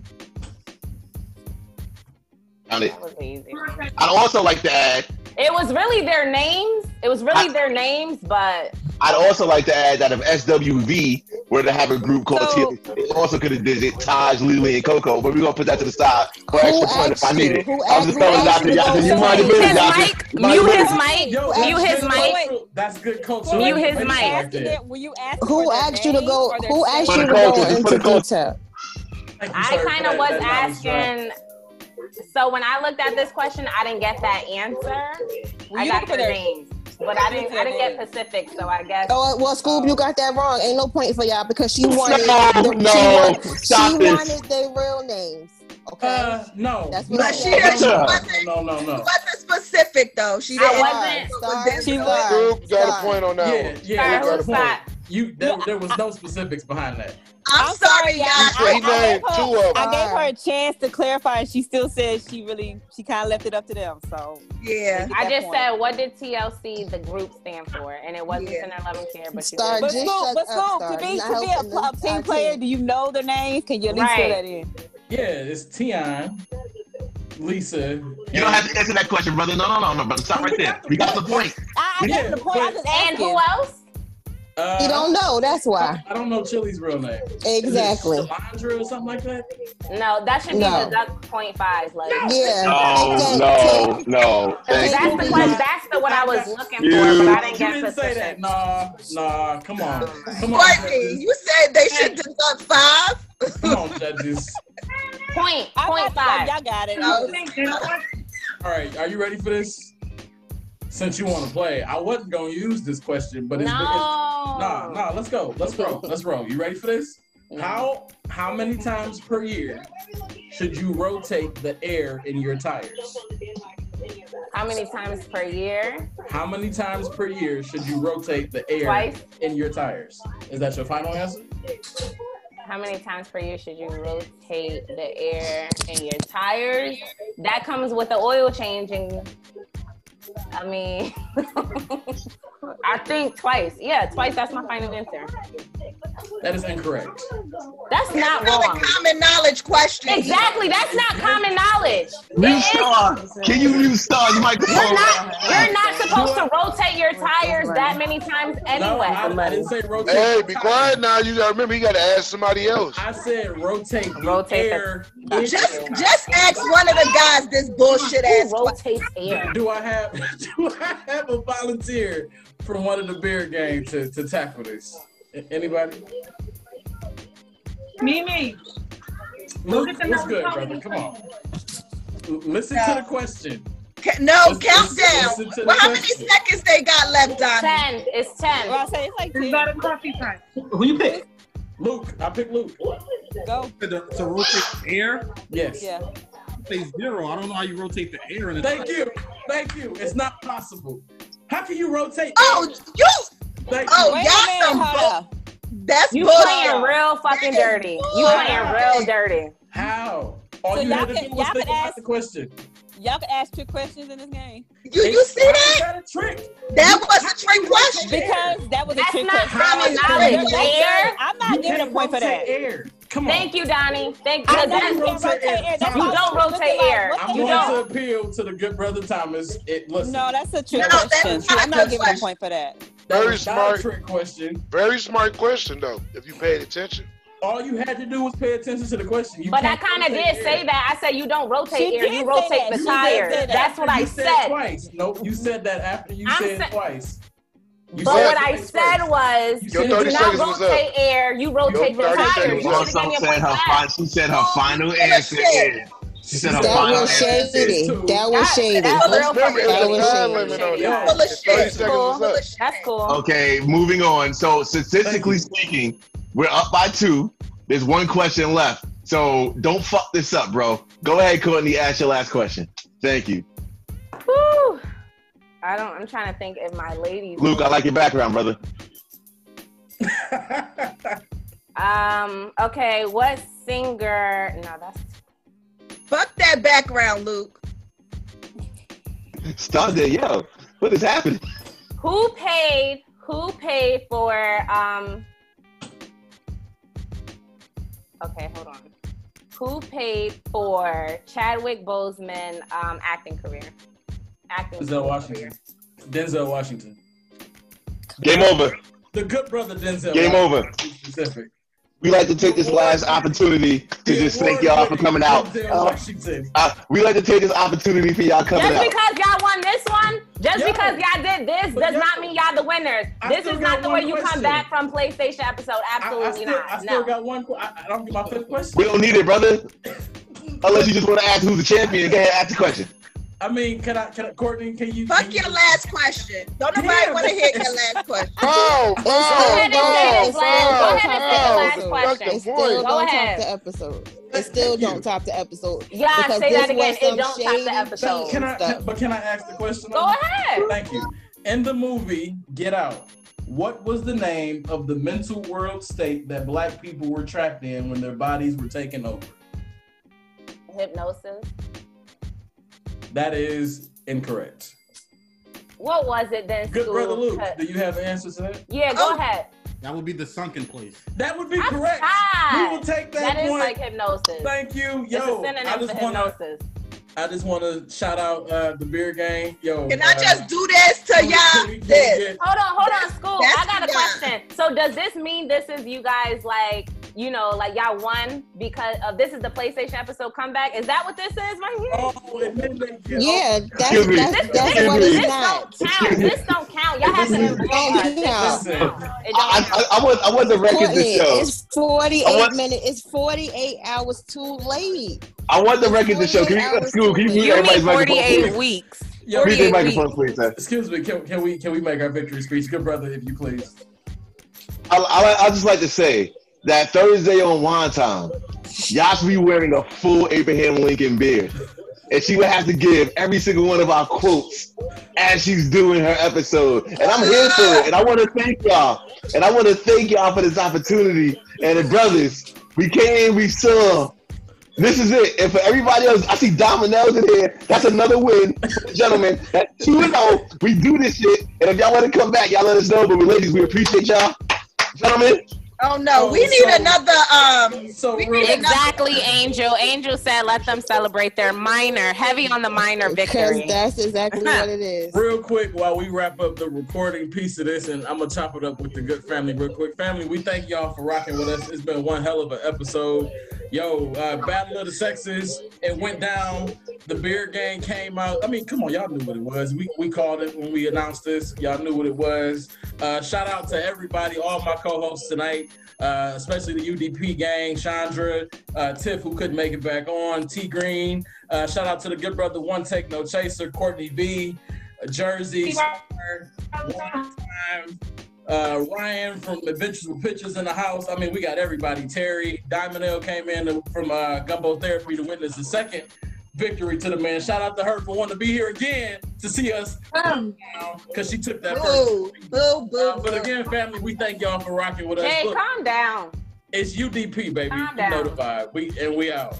Found it. That was easy. I'd also like to add. It was really their names. It was really I- their names, but I'd also like to add that if SWV were to have a group called So- T, it also could have did it. Taj, Lily, and Coco, but we're gonna put that to the side for Who extra point if I asked need you? it. Who I was asked- just who throwing it out asked there, you to Yasha. go You might have first? been his it, Yasha. mic, You might mute have his been it. mic, Yo, mute that's his good mic. cultural- That's good culture. Wait, Mute his were you mic. asking them- Were you asking Who for their asked you to names go? or their Who asked For sex? you the to culture, go just for into the culture. detail? I kind of was asking. So when I looked at this question, I didn't get that answer. Well, I you got look for their their- names, but I didn't. I didn't get Pacific, so I guess. Oh well, Scoob, you got that wrong. Ain't no point for y'all because she wanted. No, the, no, she, want, stop she this. wanted their real names. Okay. Uh, no. That's what no, I said. no, no, no, no, no. wasn't specific though. She I didn't. wasn't- Sorry, She sorry, looked- Scoop got sorry. a point on that Yeah, one. yeah. Sorry, that's the who's point. that? You there, there was no specifics behind that. I'm, I'm sorry, sorry, y'all. guys. So he I- named I two of them. I gave her a chance to clarify, and she still says she really, she kind of left it up to them. So Yeah. At I that just point. said, what did TLC, the group, stand for? And it wasn't Yeah. Center Love and Care, but you Star But did. Just school, shut but up, school, to Star. be You're to not be helping a, a this- our team player, team. do you know their names? Can you at least Right. fill that in? Yeah, it's Tion, Lisa. You don't have to answer that question, brother. No, no, no, no, brother. Stop right there. We got the point. I, I Yeah, get the point. I but- just And who else? Uh, You don't know. That's why. I don't know Chili's real name. Is it Exactly. Salandra or something like that. No, that should be No. the duck point five. Like Yeah. No, Okay, no, Oh, no. that's Thank the you. you. question. That's the what I was looking for, You- but I didn't you get didn't say that. Pacific. Nah, nah. Come on, come on, Courtney, judges. you said they should deduct five. Come on, judges. Point, I point got, five. y'all got it. No. All right, are you ready for this? Since you want to play, I wasn't gonna use this question, but No. it's, it's nah, nah. Let's go. Let's roll. Let's roll. You ready for this? How how many times per year should you rotate the air in your tires? How many times per year? How many times per year should you rotate the air Twice. in your tires? Is that your final answer? How many times per year should you rotate the air in your tires? That comes with the oil changing. I mean, I think twice. Yeah, twice. That's my final answer. That is incorrect. That's not wrong. Common knowledge question. Exactly. That's not common knowledge. New star. Can you new star? You might. You're not. You're not supposed to rotate your tires that many times anyway. I didn't say rotate. Hey, be quiet now. You gotta remember, you gotta ask somebody else. I said rotate. Rotate Rotate air. Just just ask one of the guys this bullshit ass Rotate air. Do I have do I have a volunteer from one of the beer games to, to tackle this? A- Anybody? Mimi, Luke, at the what's good, number brother? coming. Come on. L- Listen to the question. Ca- No, Listen- countdown. listen to the Well, how many question. seconds they got left, Donnie? Ten. It's ten. I say it's like it's about a coffee time. Who you pick? Luke, I picked Luke. Go. To, the, to rotate the air, Yes. Yeah. say zero. I don't know how you rotate the air in a Thank you. Thank you. It's not possible. How can you rotate? Oh, you. Thank you. Oh, Wait y'all a some minute. bull. Hold up. That's You bull. playing real fucking dirty. You playing real dirty. How? All So you y'all had to can- do was y'all think can about ask- the question. Y'all can ask trick questions in this game You you see that? Is that a trick? That was a trick question. because that was a That's trick not question. common knowledge, air. I'm not You giving a can't point for that. rotate Air. Come on. Thank you, Donnie. Thank I you. know you That's- can't rotate air. That's You why don't I was rotate looking air. Like, what I'm the You going hell? to appeal to the good brother Thomas. It, listen, No, that's a No, trick that's question. not a I'm not trick giving a question. point for that. that Very was not smart. a trick question. Very smart question though, if you paid attention. All you had to do was pay attention to the question. You But I can't kind of rotate did air. say that. I said you don't rotate She air. did You say rotate that. the She did tires. say that. That's what I you said, said. twice. Nope, you said that after you I'm said sa- twice. You But said what I twice said first. was, You you said Your do 30 not seconds was rotate up. air. You rotate Your 30 the tires. You seconds should She was up. also have given me a said point her back. Oh, final. She said her final answer is. She said her That That final was answer shady. is. That was That- shady. that was real Remember, fucking it's That a was time shady. limit on Shady. that. Full of It's 30 shit. seconds Cool. was up. That's cool. Okay, moving on. So statistically Thank speaking, we're up by two. There's one question left. So don't fuck this up, bro. Go ahead, Courtney. Ask your last question. Thank you, Whew. I don't. I'm trying to think if my ladies. Luke. I like your background, brother. Um. Okay. What singer? No, that's. Fuck that background, Luke. Stop there, yo. What is happening? Who paid? Who paid for? Um. Okay, hold on. Who paid for Chadwick Boseman um, acting career? Acting. Denzel Washington. Denzel Washington. Game over. The good brother Denzel. Game Washington, over. to be Specific. We like to take this last opportunity to just thank y'all for coming out. Denzel Uh, Washington. uh, we like to take this opportunity for y'all coming Just out. because y'all won this one, just Yo. because y'all did this, But does yo, not mean y'all the winners. I This still is got not the one way you question. come back from PlayStation episode. I, I Absolutely still, not. I still no. got one. que- I, I don't get my fifth question. We don't need it, brother. Unless you just want to ask who's the champion. Go ahead, ask the question. I mean, can I, can I, Courtney, can you? can Fuck you- your last question. Don't nobody Damn. want to hear your last question. Bow, bow, bow, Oh, Go ahead and say this last. Go bow, ahead bow. and say the Fuck last question. the It still point. Go don't ahead. top the episode. It still don't top the episode. Yeah, Because say this that again. was It some don't top shady the episode. Can I, Stop. but can I ask the question? Go ahead. Thank you. In the movie Get Out, what was the name of the mental world state that black people were trapped in when their bodies were taken over? Hypnosis. That is incorrect. What was it then? Good Scoop? brother Luke, Cut. do you have the answers to that? Yeah, go Oh, ahead. That would be the sunken place. That would be I'm correct. tired. We will take that, That is point. like hypnosis. Thank you. it's a Yo, synonym I for just wanna hypnosis. I just wanna shout out uh the beer gang. Yo. Can I uh, just do this to can we- can we- y'all? can we This. get- Hold on, hold on, school. That's I got a the guy. question. So does this mean this is you guys like, you know, like y'all won because of this is the PlayStation episode comeback? Is that what this is right here? Oh, and then they get Yeah, Excuse that's, me. that's, This, that's this, what Excuse this it's me. not. don't count. This don't count. Y'all have to This is- involve us. This don't Listen. count. It don't I, count. I, I want, I want the record to Courtney, show. it's 48 I want- minutes. It's 48 hours too late. I want the record to show. Can you, uh, school, can you mute You everybody's microphone? please? weeks. Yo, Mute their microphone, please. sir. excuse me, can, can we can we make our victory speech? Good brother, if you please. I, I, I just like to say that Thursday on wine time, y'all should be wearing a full Abraham Lincoln beard. And she would have to give every single one of our quotes as she's doing her episode. And I'm here for it. And I want to thank y'all. And I want to thank y'all for this opportunity. And the brothers, we came, we saw. This is it. And for everybody else, I see Domino's in here. That's another win. Gentlemen, that's 2 and 0. We do this shit. And if y'all want to come back, y'all let us know. But, ladies, we appreciate y'all. Gentlemen, Oh no, we need another. Um, we need another- exactly, Angel. Angel said, "Let them celebrate their minor, heavy on the minor victory." That's exactly what it is. Real quick, while we wrap up the recording piece of this, and I'm gonna chop it up with the good family real quick. Family, we thank y'all for rocking with us. It's been one hell of an episode. Yo, uh, Battle of the Sexes, it went down. The beer gang came out. I mean, come on, y'all knew what it was. We, we called it when we announced this. Y'all knew what it was. Uh, shout out to everybody, all my co-hosts tonight, uh, especially the UDP gang, Chandra, uh, Tiff, who couldn't make it back on, T Green. Uh, shout out to the good brother, One Take No Chaser, Courtney uh, B, Jersey, Star, One Time, uh, Ryan from Adventures with Pictures in the House. I mean, we got everybody. Terry Diamond L came in to- from uh, Gumbo Therapy to witness the second victory to the man. Shout out to her for wanting to be here again to see us because she took that first. Boo, boo, boo. Uh, but again, family, we thank y'all for rocking with us. Jay, Look, calm down. it's UDP, baby. Calm You know down. the vibe. We and we out.